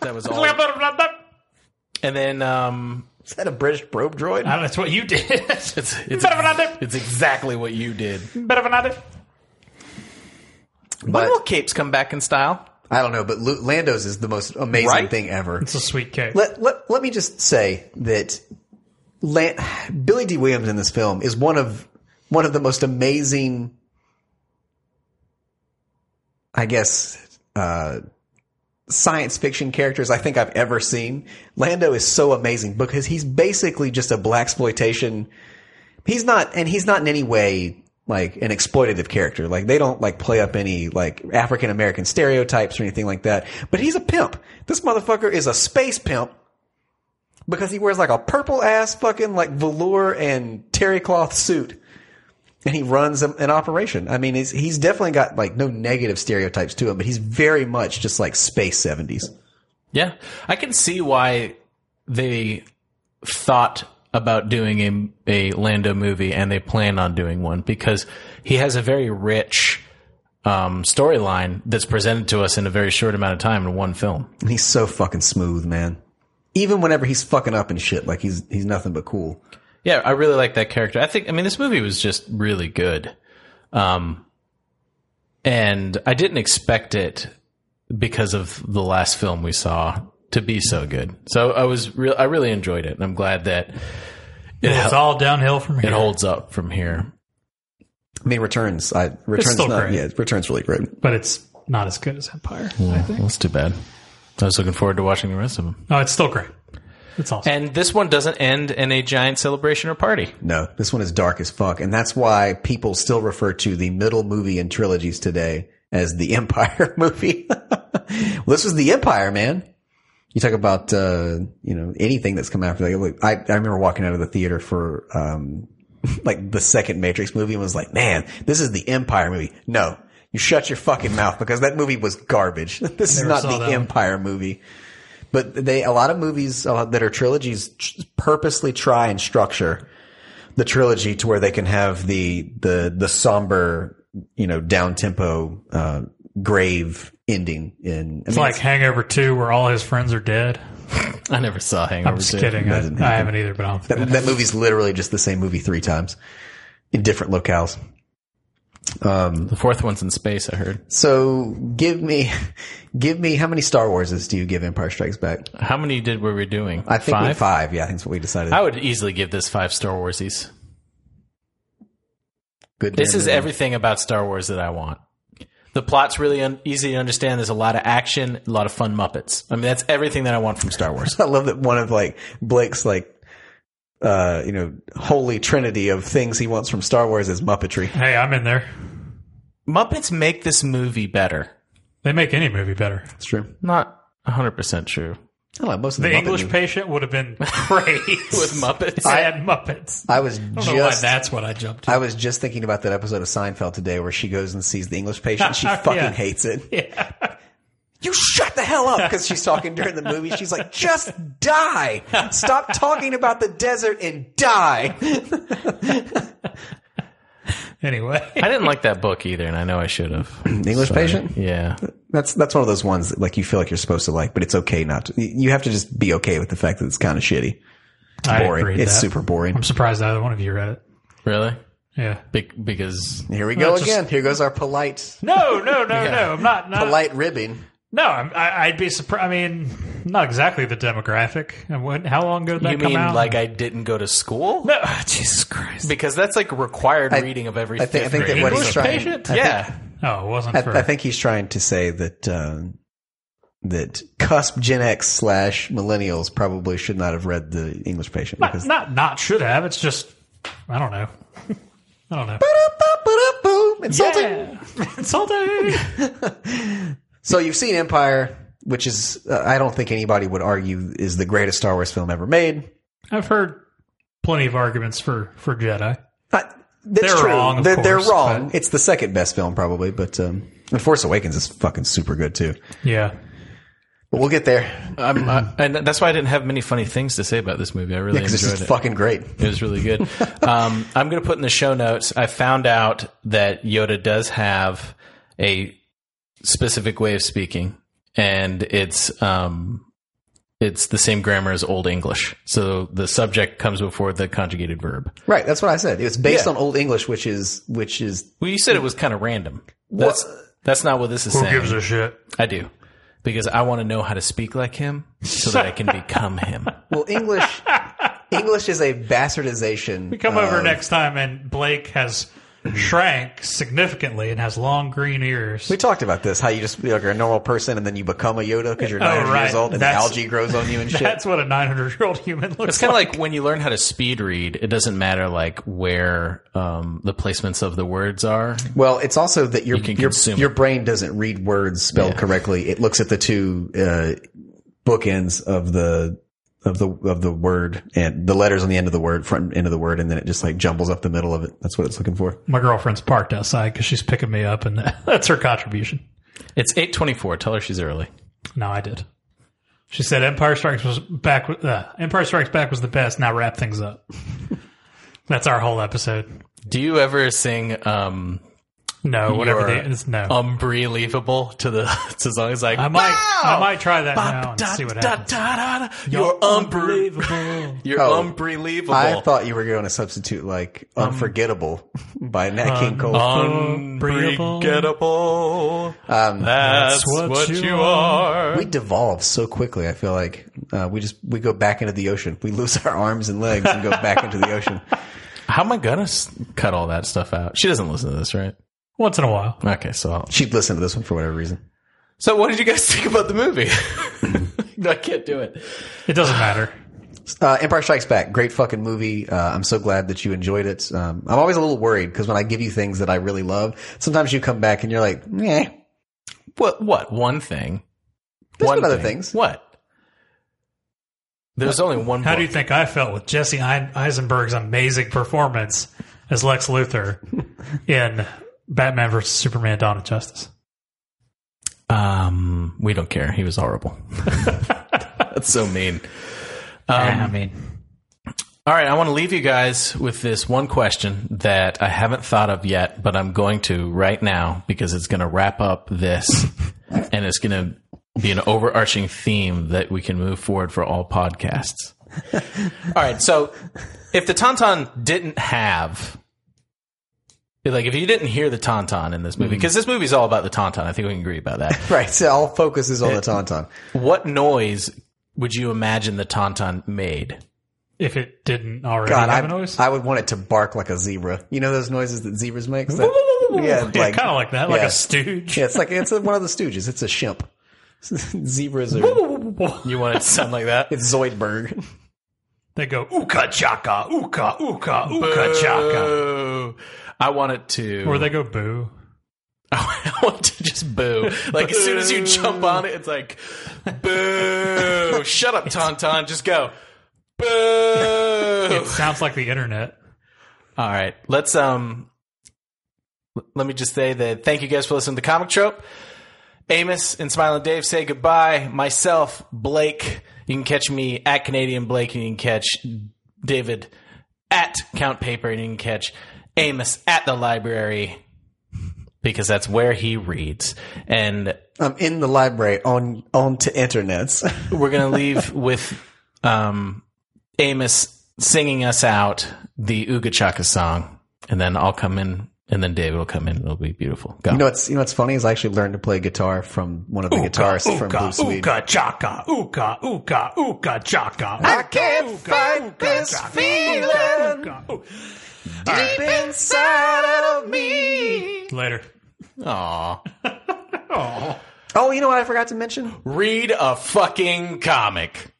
that was all. And then um, Is that a British probe droid? Ah, that's what you did. it's it's, Better than I did. it's exactly what you did. Better than I did. When But will capes come back in style? I don't know, but Lu- Lando's is the most amazing Right? thing ever. It's a sweet cake. Let, let, let me just say that Lan- Billy D. Williams in this film is one of one of the most amazing, I guess, uh, science fiction characters I think I've ever seen. Lando is so amazing because he's basically just a black exploitation. He's not, and he's not in any way like an exploitative character. Like they don't like play up any like African American stereotypes or anything like that. But he's a pimp. This motherfucker is a space pimp because he wears like a purple ass fucking like velour and terry cloth suit. And he runs an an operation. I mean, he's, he's definitely got like no negative stereotypes to him, but he's very much just like space 70s. Yeah, I can see why they thought about doing a, a Lando movie and they plan on doing one because he has a very rich um, storyline that's presented to us in a very short amount of time in one film. And he's so fucking smooth, man. Even whenever he's fucking up and shit, like he's he's nothing but cool. Yeah, I really like that character. I think, I mean, this movie was just really good. Um, and I didn't expect it because of the last film we saw to be so good. So I was real, I really enjoyed it. And I'm glad that it, it's hel- all downhill from here. it holds up from here. I mean, returns. I returns. still not, great. Yeah, returns really great. but it's not as good as Empire. I think. That's too bad. I was looking forward to watching the rest of them. No, it's still great. It's awesome. And this one doesn't end in a giant celebration or party. No, this one is dark as fuck, and that's why people still refer to the middle movie in trilogies today as the Empire movie. well, this was the Empire, man. You talk about uh, you know anything that's come after. Like, look, I I remember walking out of the theater for um like the second Matrix movie and was like, man, this is the Empire movie. No, you shut your fucking mouth because that movie was garbage. this is Never not saw the that one. Empire movie. But they a lot of movies a lot that are trilogies tr- purposely try and structure the trilogy to where they can have the the the somber, you know, down tempo, uh, grave ending. In I it's mean, like Hangover Two, where all his friends are dead. I never saw Hangover. I'm just 2. kidding. I, Doesn't I haven't either, but I'm that, that movie's literally just the same movie three times in different locales. The fourth one's in space. I heard. So give me, give me how many Star Warses do you give Empire Strikes Back? How many did were we doing? I think we five. five. Yeah, I think that's what we decided. I would easily give this five Star Warsies. Good. This damn is movie. everything about Star Wars that I want. The plot's really un- easy to understand. There's a lot of action, a lot of fun Muppets. I mean, that's everything that I want from Star Wars. I love that one of like Blake's like. Uh, you know, holy trinity of things he wants from Star Wars is Muppetry. hey, I'm in there. Muppets make this movie better. They make any movie better. That's true. Not 100% true. I don't know, most of the, The Muppet English movies- patient would have been great With Muppets. I had Muppets. I was I don't know why just that's what I jumped. To. I was just thinking about that episode of Seinfeld today where she goes and sees the English patient. She fucking Yeah. hates it. Yeah. You shut the hell up because she's talking during the movie. She's like, just die. Stop talking about the desert and die. Anyway, I didn't like that book either, and I know I should have. English patient? Yeah. That's that's one of those ones that like you feel like you're supposed to like, but it's okay not to. You have to just be okay with the fact that it's kind of shitty. I boring. agree with it's that. super boring. I'm surprised either one of you read it. Really? Yeah. Be- because Here we go That's just- Uh, again. Here goes our polite No, no, no, no. I'm not. not polite ribbing. No, I'm, I, I'd be surprised. I mean, not exactly the demographic. And when, how long ago did that you come mean out? like I didn't go to school? no, Jesus Christ. Because that's like required reading of every. I think- I fifth think that grade. what he's English trying- patient. I think- yeah. Oh, it wasn't I, for. I think he's trying to say that uh, that cusp Gen X slash millennials probably should not have read the English Patient not, not not should have. It's just I don't know. I don't know. Ba-da-ba-ba-da-boom. insulting. Yeah. Insulting. So you've seen Empire, which is uh, I don't think anybody would argue is the greatest Star Wars film ever made. I've heard plenty of arguments for for Jedi. Uh, that's They're true. wrong, of they're, they're course, wrong. but- It's the second best film probably, but um, and Force Awakens is fucking super good too. Yeah. But we'll get there I'm, I, and that's why I didn't have many funny things to say about this movie. I really because it's enjoyed just it. fucking great. It was really good. um, I'm going to put in the show notes. I found out that Yoda does have a specific way of speaking, and it's um, it's the same grammar as Old English. So the subject comes before the conjugated verb. Right, that's what I said. It was based Yeah. on Old English, which is which is Well, you said it was kind of random. That's Well, That's not what this is saying. a shit? I do. Because I want to know how to speak like him so that I can become him. Well, English English is a bastardization. Uh, We come over of- next time, and Blake has shrank significantly and has long green ears. We talked about this. How you just you're a normal person and then you become a Yoda because you're Oh, 900 years right. old and That's- the algae grows on you and shit. That's what a 900 year old human looks It's kind of like when you learn how to speed read, it doesn't matter like where um, the placements of the words are. Well, it's also that your You can your, consume your brain doesn't read words spelled correctly. It looks at the two uh, bookends of the of the of the word and the letters on the end of the word, front end of the word, and then it just like jumbles up the middle of it. That's what it's looking for. My girlfriend's parked outside because she's picking me up, and that's her contribution. It's 824. Tell her she's early. No, I did. She said Empire Strikes was back. Uh, Empire Strikes Back was the best. Now wrap things up. that's our whole episode. Do you ever sing um, No, whatever You're- the is no. unbelievable to the to songs like I might I "Wow!" might try that Ba- now and da- see what da- happens. da- da- da. You're unbelievable. You're Oh. unbelievable. I thought you were going to substitute like unforgettable by Nat King Cole. Unbelievable. unforgettable. that's, what, you, are. Um, we devolve so quickly. I feel like uh, we just we go back into the ocean. We lose our arms and legs and go back into the ocean. How am I gonna s- cut all that stuff out? She doesn't listen to this, right? Once in a while. Okay, so I'll- She'd listen to this one for whatever reason. so what did you guys think about the movie? no, I can't do it. It doesn't matter. Uh, Empire Strikes Back, great fucking movie. Uh, I'm so glad that you enjoyed it. Um, I'm always a little worried because when I give you things that I really love, sometimes you come back and you're like, eh. What? What? One thing. There's been other things. What? There's only one. How do you book. think I felt with Jesse Ein- Eisenberg's amazing performance as Lex Luthor in Batman vs Superman: Dawn of Justice? Um, we don't care. He was horrible. That's so mean. Um, I mean, All right, I want to leave you guys with this one question that I haven't thought of yet, but I'm going to right now because it's going to wrap up this and it's going to be an overarching theme that we can move forward for all podcasts. All right, so if the Tauntaun didn't have like if you didn't hear the Tauntaun in this movie, Mm. because this movie's all about the Tauntaun, I think we can agree about that. Right. So all focus is on the Tauntaun. what noise would you imagine the Tauntaun made? if it didn't already God, have I, a noise, I would want it to bark like a zebra. You know those noises that zebras make? It's like- yeah, yeah, kind of like that, like yeah. a stooge. yeah, it's like it's one of the Stooges. It's a shimp. zebras are. You want it to sound like that? It's Zoidberg. They go ooka chaka, ooka ooka ooka chaka, Boo. I want it to. or they go boo. I want to just boo. Like as soon as you jump on it, it's like boo. Shut up, Tauntaun. Just go boo. It sounds like the internet. All right, let's um. l- Let me just say that thank you guys for listening to Comic Trope. Amos and Smiling Dave say goodbye. Myself, Blake. You can catch me at Canadian Blake, and you can catch David at Count Paper, and you can catch Amos at the library because that's where he reads. And I'm in the library on on to internets. we're gonna leave with um, Amos singing us out the Ooga Chaka song, and then I'll come in, and then David will come in. and It'll be beautiful. Go. You know what's you know what's funny is I actually learned to play guitar from one of the guitarists from Blue Swede. chaka, ooka ooka ooka chaka. I can't fight this feeling deep inside of me. Later. Aw. Oh, you know what I forgot to mention? Read a fucking comic.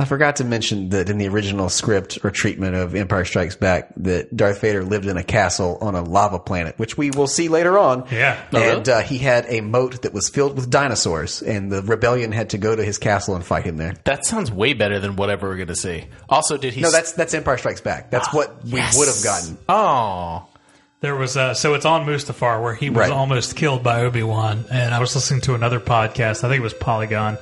I forgot to mention that in the original script or treatment of Empire Strikes Back, that Darth Vader lived in a castle on a lava planet, which we will see later on. Yeah. Uh-huh. Oh, really? and uh, he had a moat that was filled with dinosaurs, and the rebellion had to go to his castle and fight him there. That sounds way better than whatever we're gonna see. Also, did he? No, that's that's Empire Strikes Back. That's what we would have gotten. Oh. There was uh, so it's on Mustafar where he was Right. almost killed by Obi Wan, and I was listening to another podcast. I think it was Polygon,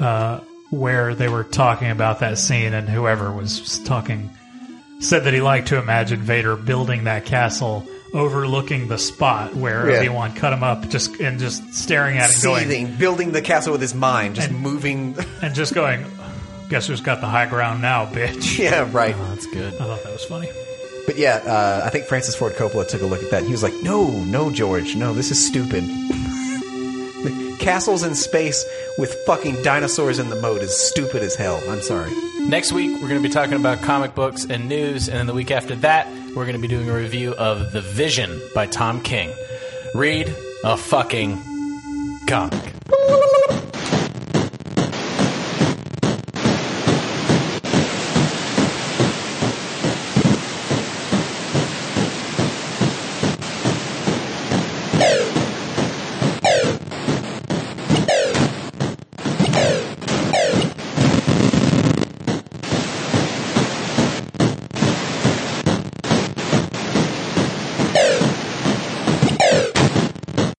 uh, where they were talking about that scene, and whoever was talking said that he liked to imagine Vader building that castle overlooking the spot where Yeah. Obi Wan cut him up, just and just staring at it, going, seething, building the castle with his mind, just moving. and just going, "Guess who's got the high ground now, bitch." yeah, right. That's good. I thought that was funny. But yeah, uh, I think Francis Ford Coppola took a look at that. And he was like, "No, no, George, no, this is stupid." Castles in space with fucking dinosaurs in the moat is stupid as hell. I'm sorry. Next week, we're going to be talking about comic books and news, and then the week after that, we're going to be doing a review of The Vision by Tom King. Read a fucking comic.